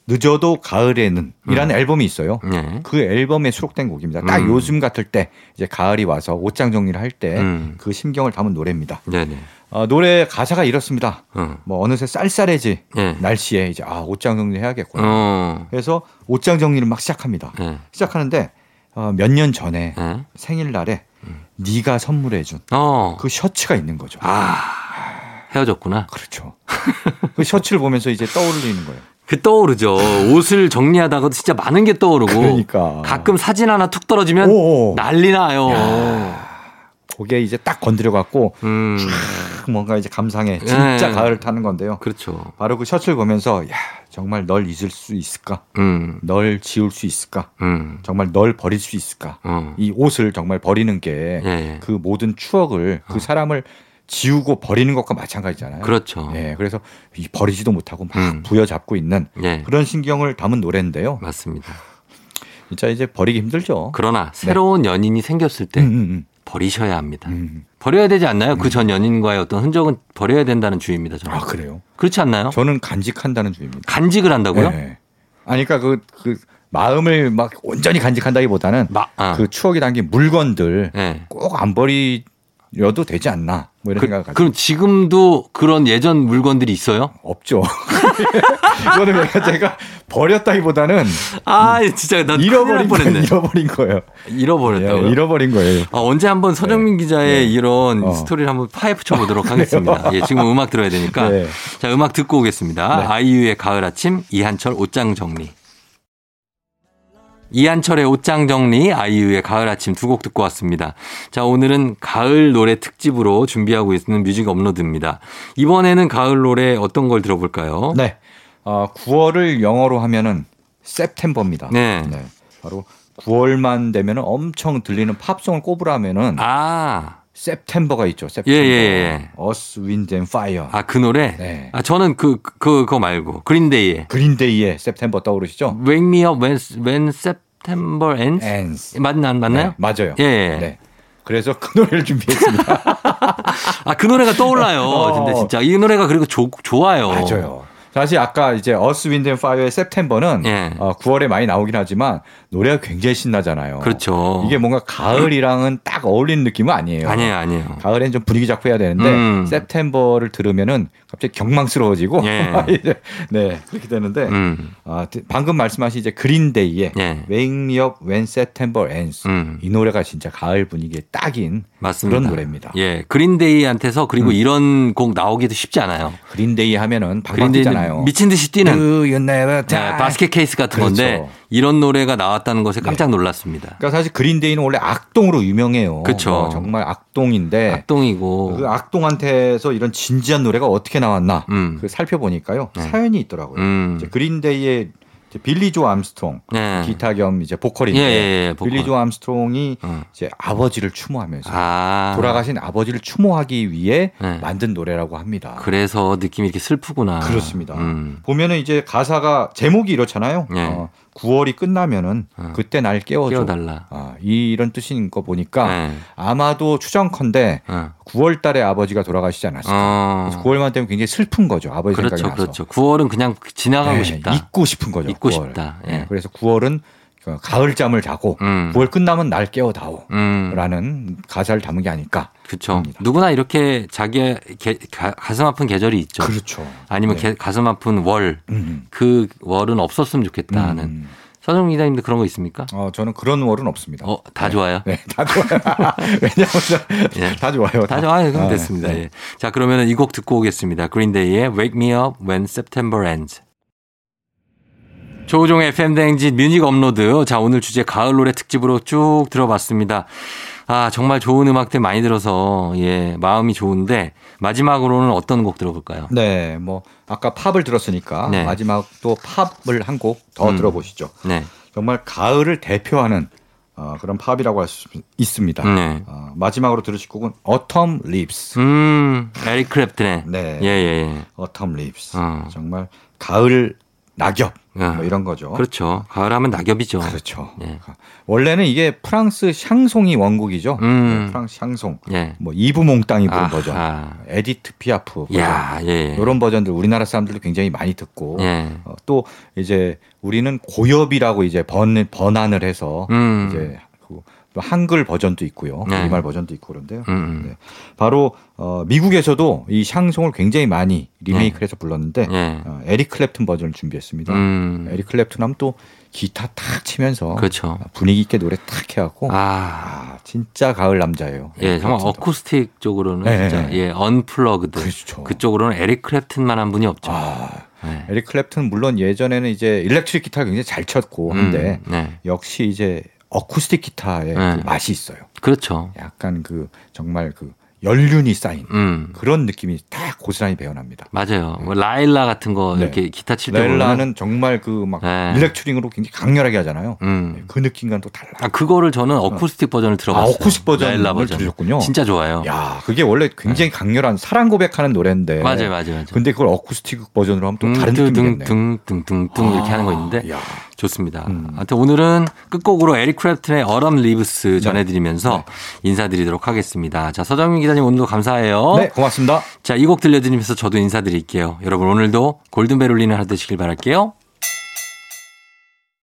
Speaker 5: 늦어도 가을에는 이라는 앨범이 있어요.
Speaker 1: 네.
Speaker 5: 그 앨범에 수록된 곡입니다. 딱
Speaker 1: 음.
Speaker 5: 요즘 같을 때 이제 가을이 와서 옷장 정리를 할 때 그
Speaker 1: 음.
Speaker 5: 심경을 담은 노래입니다.
Speaker 1: 네, 네.
Speaker 5: 어, 노래 가사가 이렇습니다.
Speaker 1: 어.
Speaker 5: 뭐 어느새 쌀쌀해지
Speaker 1: 예.
Speaker 5: 날씨에 이제 아 옷장 정리해야겠구나.
Speaker 1: 어.
Speaker 5: 그래서 옷장 정리를 막 시작합니다.
Speaker 1: 예.
Speaker 5: 시작하는데 어, 몇 년 전에
Speaker 1: 예.
Speaker 5: 생일날에 네가 선물해준
Speaker 1: 음. 어.
Speaker 5: 그 셔츠가 있는 거죠.
Speaker 1: 아. 헤어졌구나.
Speaker 5: 그렇죠. 그 셔츠를 보면서 이제 떠올리는 거예요.
Speaker 1: 그 떠오르죠. 옷을 정리하다가 진짜 많은 게 떠오르고.
Speaker 5: 그러니까
Speaker 1: 가끔 사진 하나 툭 떨어지면
Speaker 5: 오.
Speaker 1: 난리 나요.
Speaker 5: 고개 이제 딱 건드려 갖고
Speaker 1: 음.
Speaker 5: 뭔가 이제 감상해 진짜
Speaker 1: 예.
Speaker 5: 가을 타는 건데요.
Speaker 1: 그렇죠.
Speaker 5: 바로 그 셔츠를 보면서 야 정말 널 잊을 수 있을까?
Speaker 1: 음.
Speaker 5: 널 지울 수 있을까?
Speaker 1: 음.
Speaker 5: 정말 널 버릴 수 있을까?
Speaker 1: 어.
Speaker 5: 이 옷을 정말 버리는 게
Speaker 1: 예.
Speaker 5: 그
Speaker 1: 예.
Speaker 5: 모든 추억을 그 사람을 지우고 버리는 것과 마찬가지잖아요.
Speaker 1: 그렇죠.
Speaker 5: 예, 그래서 이 버리지도 못하고 막
Speaker 1: 음.
Speaker 5: 부여잡고 있는
Speaker 1: 예.
Speaker 5: 그런 신경을 담은 노래인데요.
Speaker 1: 맞습니다.
Speaker 5: 진짜 이제 버리기 힘들죠.
Speaker 1: 그러나 새로운 연인이 생겼을 때
Speaker 5: 네. 음, 음,
Speaker 1: 버리셔야 합니다.
Speaker 5: 음, 음.
Speaker 1: 버려야 되지 않나요? 그 전 연인과의 어떤 흔적은 버려야 된다는 주의입니다. 저는.
Speaker 5: 아 그래요?
Speaker 1: 그렇지 않나요?
Speaker 5: 저는 간직한다는 주의입니다.
Speaker 1: 간직을 한다고요?
Speaker 5: 예. 아니 그러니까 그, 그 마음을 막 온전히 간직한다기보다는
Speaker 1: 마, 아.
Speaker 5: 그 추억이 담긴 물건들
Speaker 1: 예.
Speaker 5: 꼭 안 버리려도 되지 않나 뭐 이런 생각을 가지고
Speaker 1: 그럼 지금도 그런 예전 물건들이 있어요?
Speaker 5: 없죠. *laughs* 이거는 내가 제가 버렸다기보다는
Speaker 1: 아, 진짜 난
Speaker 5: 음. 잃어버린
Speaker 1: 잃어버린
Speaker 5: 거,
Speaker 1: 뻔했네.
Speaker 5: 잃어버린 거예요.
Speaker 1: 잃어버렸다고요?
Speaker 5: 예, 잃어버린 거예요.
Speaker 1: 아, 언제 한번 서정민 기자의 이런
Speaker 5: 네. 어.
Speaker 1: 스토리를 한번 파헤 붙여보도록
Speaker 5: *laughs*
Speaker 1: 하겠습니다. 예, 지금 음악 들어야 되니까.
Speaker 5: 네.
Speaker 1: 자, 음악 듣고 오겠습니다. 아이유의 가을 아침, 이한철 옷장 정리. 이한철의 옷장 정리, 아이유의 가을 아침 두 곡 듣고 왔습니다. 자, 오늘은 가을 노래 특집으로 준비하고 있는 뮤직 업로드입니다. 이번에는 가을 노래 어떤 걸 들어볼까요?
Speaker 5: 네. 아, 9월을 영어로 하면은 September입니다.
Speaker 1: 네.
Speaker 5: 바로 9월만 되면은 엄청 들리는 팝송을 꼽으라면은
Speaker 1: 아,
Speaker 5: September가 있죠.
Speaker 1: 예,
Speaker 5: September.
Speaker 1: 예,
Speaker 5: Us, Wind and Fire.
Speaker 1: 아, 그 노래?
Speaker 5: 네.
Speaker 1: 아, 저는 그, 그, 그거 말고. 그린데이의.
Speaker 5: 그린데이의 September 떠오르시죠?
Speaker 1: Wake me up when, when September ends.
Speaker 5: Ends.
Speaker 1: 맞나, 맞나요?
Speaker 5: 네, 맞아요.
Speaker 1: 예, 예.
Speaker 5: 네. 그래서 그 노래를 준비했습니다.
Speaker 1: 아, 그 노래가 떠올라요.
Speaker 5: *laughs* 어.
Speaker 1: 근데 진짜. 이 노래가 그리고 조, 좋아요.
Speaker 5: 맞아요. 어, 사실 아까 이제 어스 윈드 앤 파이어의 September는
Speaker 1: 예.
Speaker 5: 어, 9월에 많이 나오긴 하지만 노래가 굉장히 신나잖아요.
Speaker 1: 그렇죠.
Speaker 5: 이게 뭔가 가을이랑은 딱 어울리는 느낌은 아니에요.
Speaker 1: 아니에요, 아니에요.
Speaker 5: 가을엔 좀 분위기 잡고 해야 되는데
Speaker 1: 음.
Speaker 5: September를 들으면은 갑자기 경망스러워지고
Speaker 1: 예.
Speaker 5: *laughs* 이제 네 그렇게 되는데
Speaker 1: 음,
Speaker 5: 아, 드- 방금 말씀하신 이제 그린데이의
Speaker 1: 예.
Speaker 5: Wake Me Up When September Ends
Speaker 1: 음.
Speaker 5: 이 노래가 진짜 가을 분위기에 딱인
Speaker 1: 맞습니다.
Speaker 5: 그런 노래입니다.
Speaker 1: 예. 그린데이한테서 그리고 이런 곡 나오기도 쉽지 않아요.
Speaker 5: 그린데이
Speaker 1: 그린데이는
Speaker 5: 하면은 방방뛰잖아요.
Speaker 1: 미친 듯이 뛰는
Speaker 5: Do you never
Speaker 1: 예,
Speaker 5: die?
Speaker 1: 바스켓 케이스 같은 건데
Speaker 5: 그렇죠. 네.
Speaker 1: 이런 노래가 나왔다는 것에 깜짝 놀랐습니다.
Speaker 5: 그러니까 사실 그린데이는 원래 악동으로 유명해요.
Speaker 1: 그쵸. 아,
Speaker 5: 어, 정말 악동인데
Speaker 1: 악동이고.
Speaker 5: 네. 그 악동한테서 이런 진지한 노래가 어떻게 나왔나
Speaker 1: 음. 네.
Speaker 5: 그 살펴보니까요 사연이 있더라고요.
Speaker 1: 음.
Speaker 5: 이제 그린데이의 이제 빌리 조 암스트롱
Speaker 1: 예.
Speaker 5: 기타 겸 이제 보컬인데
Speaker 1: 예, 예, 예, 보컬.
Speaker 5: 빌리 조 암스트롱이
Speaker 1: 음.
Speaker 5: 이제 아버지를 추모하면서
Speaker 1: 아.
Speaker 5: 돌아가신 아버지를 추모하기 위해
Speaker 1: 네.
Speaker 5: 만든 노래라고 합니다.
Speaker 1: 그래서 느낌이 이렇게 슬프구나.
Speaker 5: 그렇습니다.
Speaker 1: 음.
Speaker 5: 보면은 이제 가사가 제목이 이렇잖아요.
Speaker 1: 예.
Speaker 5: 어, 9월이 끝나면은
Speaker 1: 어.
Speaker 5: 그때 날 깨워줘.
Speaker 1: 깨워달라.
Speaker 5: 아, 이런 뜻인 거 보니까
Speaker 1: 예.
Speaker 5: 아마도 추정컨대
Speaker 1: 어.
Speaker 5: 9월 달에 아버지가 돌아가시지 않았을까.
Speaker 1: 어.
Speaker 5: 그래서 9월만 되면 굉장히 슬픈 거죠. 아버지
Speaker 1: 그렇죠,
Speaker 5: 생각이 나서.
Speaker 1: 그렇죠. 9월은 그냥 지나가고
Speaker 5: 네,
Speaker 1: 싶다.
Speaker 5: 잊고 싶은 거죠.
Speaker 1: 잊고
Speaker 5: 9월.
Speaker 1: 싶다. 예.
Speaker 5: 네, 그래서 9월은 가을 잠을 자고
Speaker 1: 음.
Speaker 5: 9월 끝나면 날 깨워다오.
Speaker 1: 음,
Speaker 5: 라는 가사를 담은 게 아닐까.
Speaker 1: 그렇죠.
Speaker 5: 합니다.
Speaker 1: 누구나 이렇게 자기의 게- 가, 가슴 아픈 계절이 있죠.
Speaker 5: 그렇죠.
Speaker 1: 아니면
Speaker 5: 네.
Speaker 1: 게- 가슴 아픈 월.
Speaker 5: 음,
Speaker 1: 그 월은 없었으면
Speaker 5: 음.
Speaker 1: 좋겠다는.
Speaker 5: 음.
Speaker 1: 서정 기자님도 그런 거 있습니까?
Speaker 5: 어, 저는 그런 월은 없습니다.
Speaker 1: 어, 다 좋아요.
Speaker 5: 네, 다 좋아요. *laughs* 왜냐하면
Speaker 1: *laughs* 예.
Speaker 5: 다 좋아요.
Speaker 1: 다 좋아요. 그럼
Speaker 5: 아,
Speaker 1: 됐습니다.
Speaker 5: 네.
Speaker 1: 예. 자, 그러면 이 곡 듣고 오겠습니다. 그린데이의 Wake Me Up When September Ends. 조우종의 FM대행진 뮤직 업로드. 자, 오늘 주제 가을 노래 특집으로 쭉 들어봤습니다. 아, 정말 좋은 음악들 많이 들어서, 예, 마음이 좋은데, 마지막으로는 어떤 곡 들어볼까요?
Speaker 5: 네, 뭐 아까 팝을 들었으니까
Speaker 1: 네.
Speaker 5: 마지막 또 팝을 한 곡 더
Speaker 1: 음.
Speaker 5: 들어보시죠.
Speaker 1: 네.
Speaker 5: 정말 가을을 대표하는 어, 그런 팝이라고 할 수 있습니다.
Speaker 1: 네.
Speaker 5: 어, 마지막으로 들으실 곡은 Autumn Leaves.
Speaker 1: 음, 에릭 크랩튼의.
Speaker 5: 네,
Speaker 1: 예, 예,
Speaker 5: Autumn Leaves.
Speaker 1: 어.
Speaker 5: 정말 가을 낙엽
Speaker 1: 예.
Speaker 5: 뭐 이런 거죠.
Speaker 1: 그렇죠. 가을 하면 낙엽이죠.
Speaker 5: 그렇죠.
Speaker 1: 예.
Speaker 5: 원래는 이게 프랑스 샹송이 원곡이죠.
Speaker 1: 음.
Speaker 5: 네, 프랑스 샹송.
Speaker 1: 예.
Speaker 5: 뭐 이브몽땅이 부른
Speaker 1: 아하.
Speaker 5: 버전. 에디트 피아프 버전.
Speaker 1: 야, 예.
Speaker 5: 이런 버전들 우리나라 사람들도 굉장히 많이 듣고
Speaker 1: 예.
Speaker 5: 어, 또 이제 우리는 고엽이라고 이제 번 번안을 해서
Speaker 1: 음.
Speaker 5: 이제 그 한글 버전도 있고요,
Speaker 1: 네.
Speaker 5: 우리말 버전도 있고 그런데요.
Speaker 1: 음.
Speaker 5: 네. 바로 어, 미국에서도 이 샹송을 굉장히 많이 리메이크해서 불렀는데
Speaker 1: 예.
Speaker 5: 어, 에릭 클랩튼 버전을 준비했습니다.
Speaker 1: 네. 음.
Speaker 5: 에릭 클랩튼 하면 또 기타 탁 치면서
Speaker 1: 그렇죠.
Speaker 5: 분위기 있게 노래 탁 해갖고 아,
Speaker 1: 아.
Speaker 5: 진짜 가을 남자예요.
Speaker 1: 예, 정말
Speaker 5: 클랩튼도.
Speaker 1: 어쿠스틱 쪽으로는
Speaker 5: 예,
Speaker 1: 진짜
Speaker 5: 예.
Speaker 1: 예, 언플러그드.
Speaker 5: 그렇죠.
Speaker 1: 그쪽으로는 에릭 클랩튼만 한 분이 없죠.
Speaker 5: 아,
Speaker 1: 네.
Speaker 5: 에릭 클랩튼 물론 예전에는 이제 일렉트릭 기타를 굉장히 잘 쳤고 뭐 한데
Speaker 1: 음, 네.
Speaker 5: 역시 이제 어쿠스틱 기타의
Speaker 1: 네.
Speaker 5: 그 맛이 있어요.
Speaker 1: 그렇죠.
Speaker 5: 약간 그 정말 그 연륜이 쌓인
Speaker 1: 음.
Speaker 5: 그런 느낌이 딱 고스란히 배어납니다.
Speaker 1: 맞아요. 뭐 라일라 같은 거
Speaker 5: 네.
Speaker 1: 이렇게 기타 칠때
Speaker 5: 렐라는 정말 그 막
Speaker 1: 네.
Speaker 5: 일렉트링으로 굉장히 강렬하게 하잖아요. 네,
Speaker 1: 음.
Speaker 5: 그 느낌과는 또 달라.
Speaker 1: 아, 그거를 저는 어쿠스틱 버전을 들어봤어요.
Speaker 5: 아, 어쿠스틱 버전을
Speaker 1: 라일라 버전.
Speaker 5: 들으셨군요.
Speaker 1: 진짜 좋아요.
Speaker 5: 야, 그게 원래 굉장히 강렬한 사랑 고백하는 노래인데.
Speaker 1: 네. 맞아요, 맞아요, 맞아요.
Speaker 5: 근데 그걸 어쿠스틱 버전으로 하면 또 다른 느낌이겠네. 아,
Speaker 1: 등등등등등 이렇게 하는 거 있는데
Speaker 5: 야,
Speaker 1: 좋습니다.
Speaker 5: 음.
Speaker 1: 아무튼 오늘은 끝곡으로 에릭 크랩튼의 어럼
Speaker 5: 네.
Speaker 1: 리브스 전해드리면서 인사드리도록 하겠습니다. 자, 서정민 기자님 오늘도 감사해요.
Speaker 5: 네, 고맙습니다.
Speaker 1: 자, 이 곡 들려드리면서 저도 인사드릴게요. 여러분 오늘도 골든벨 울리는 하루 되시길 바랄게요.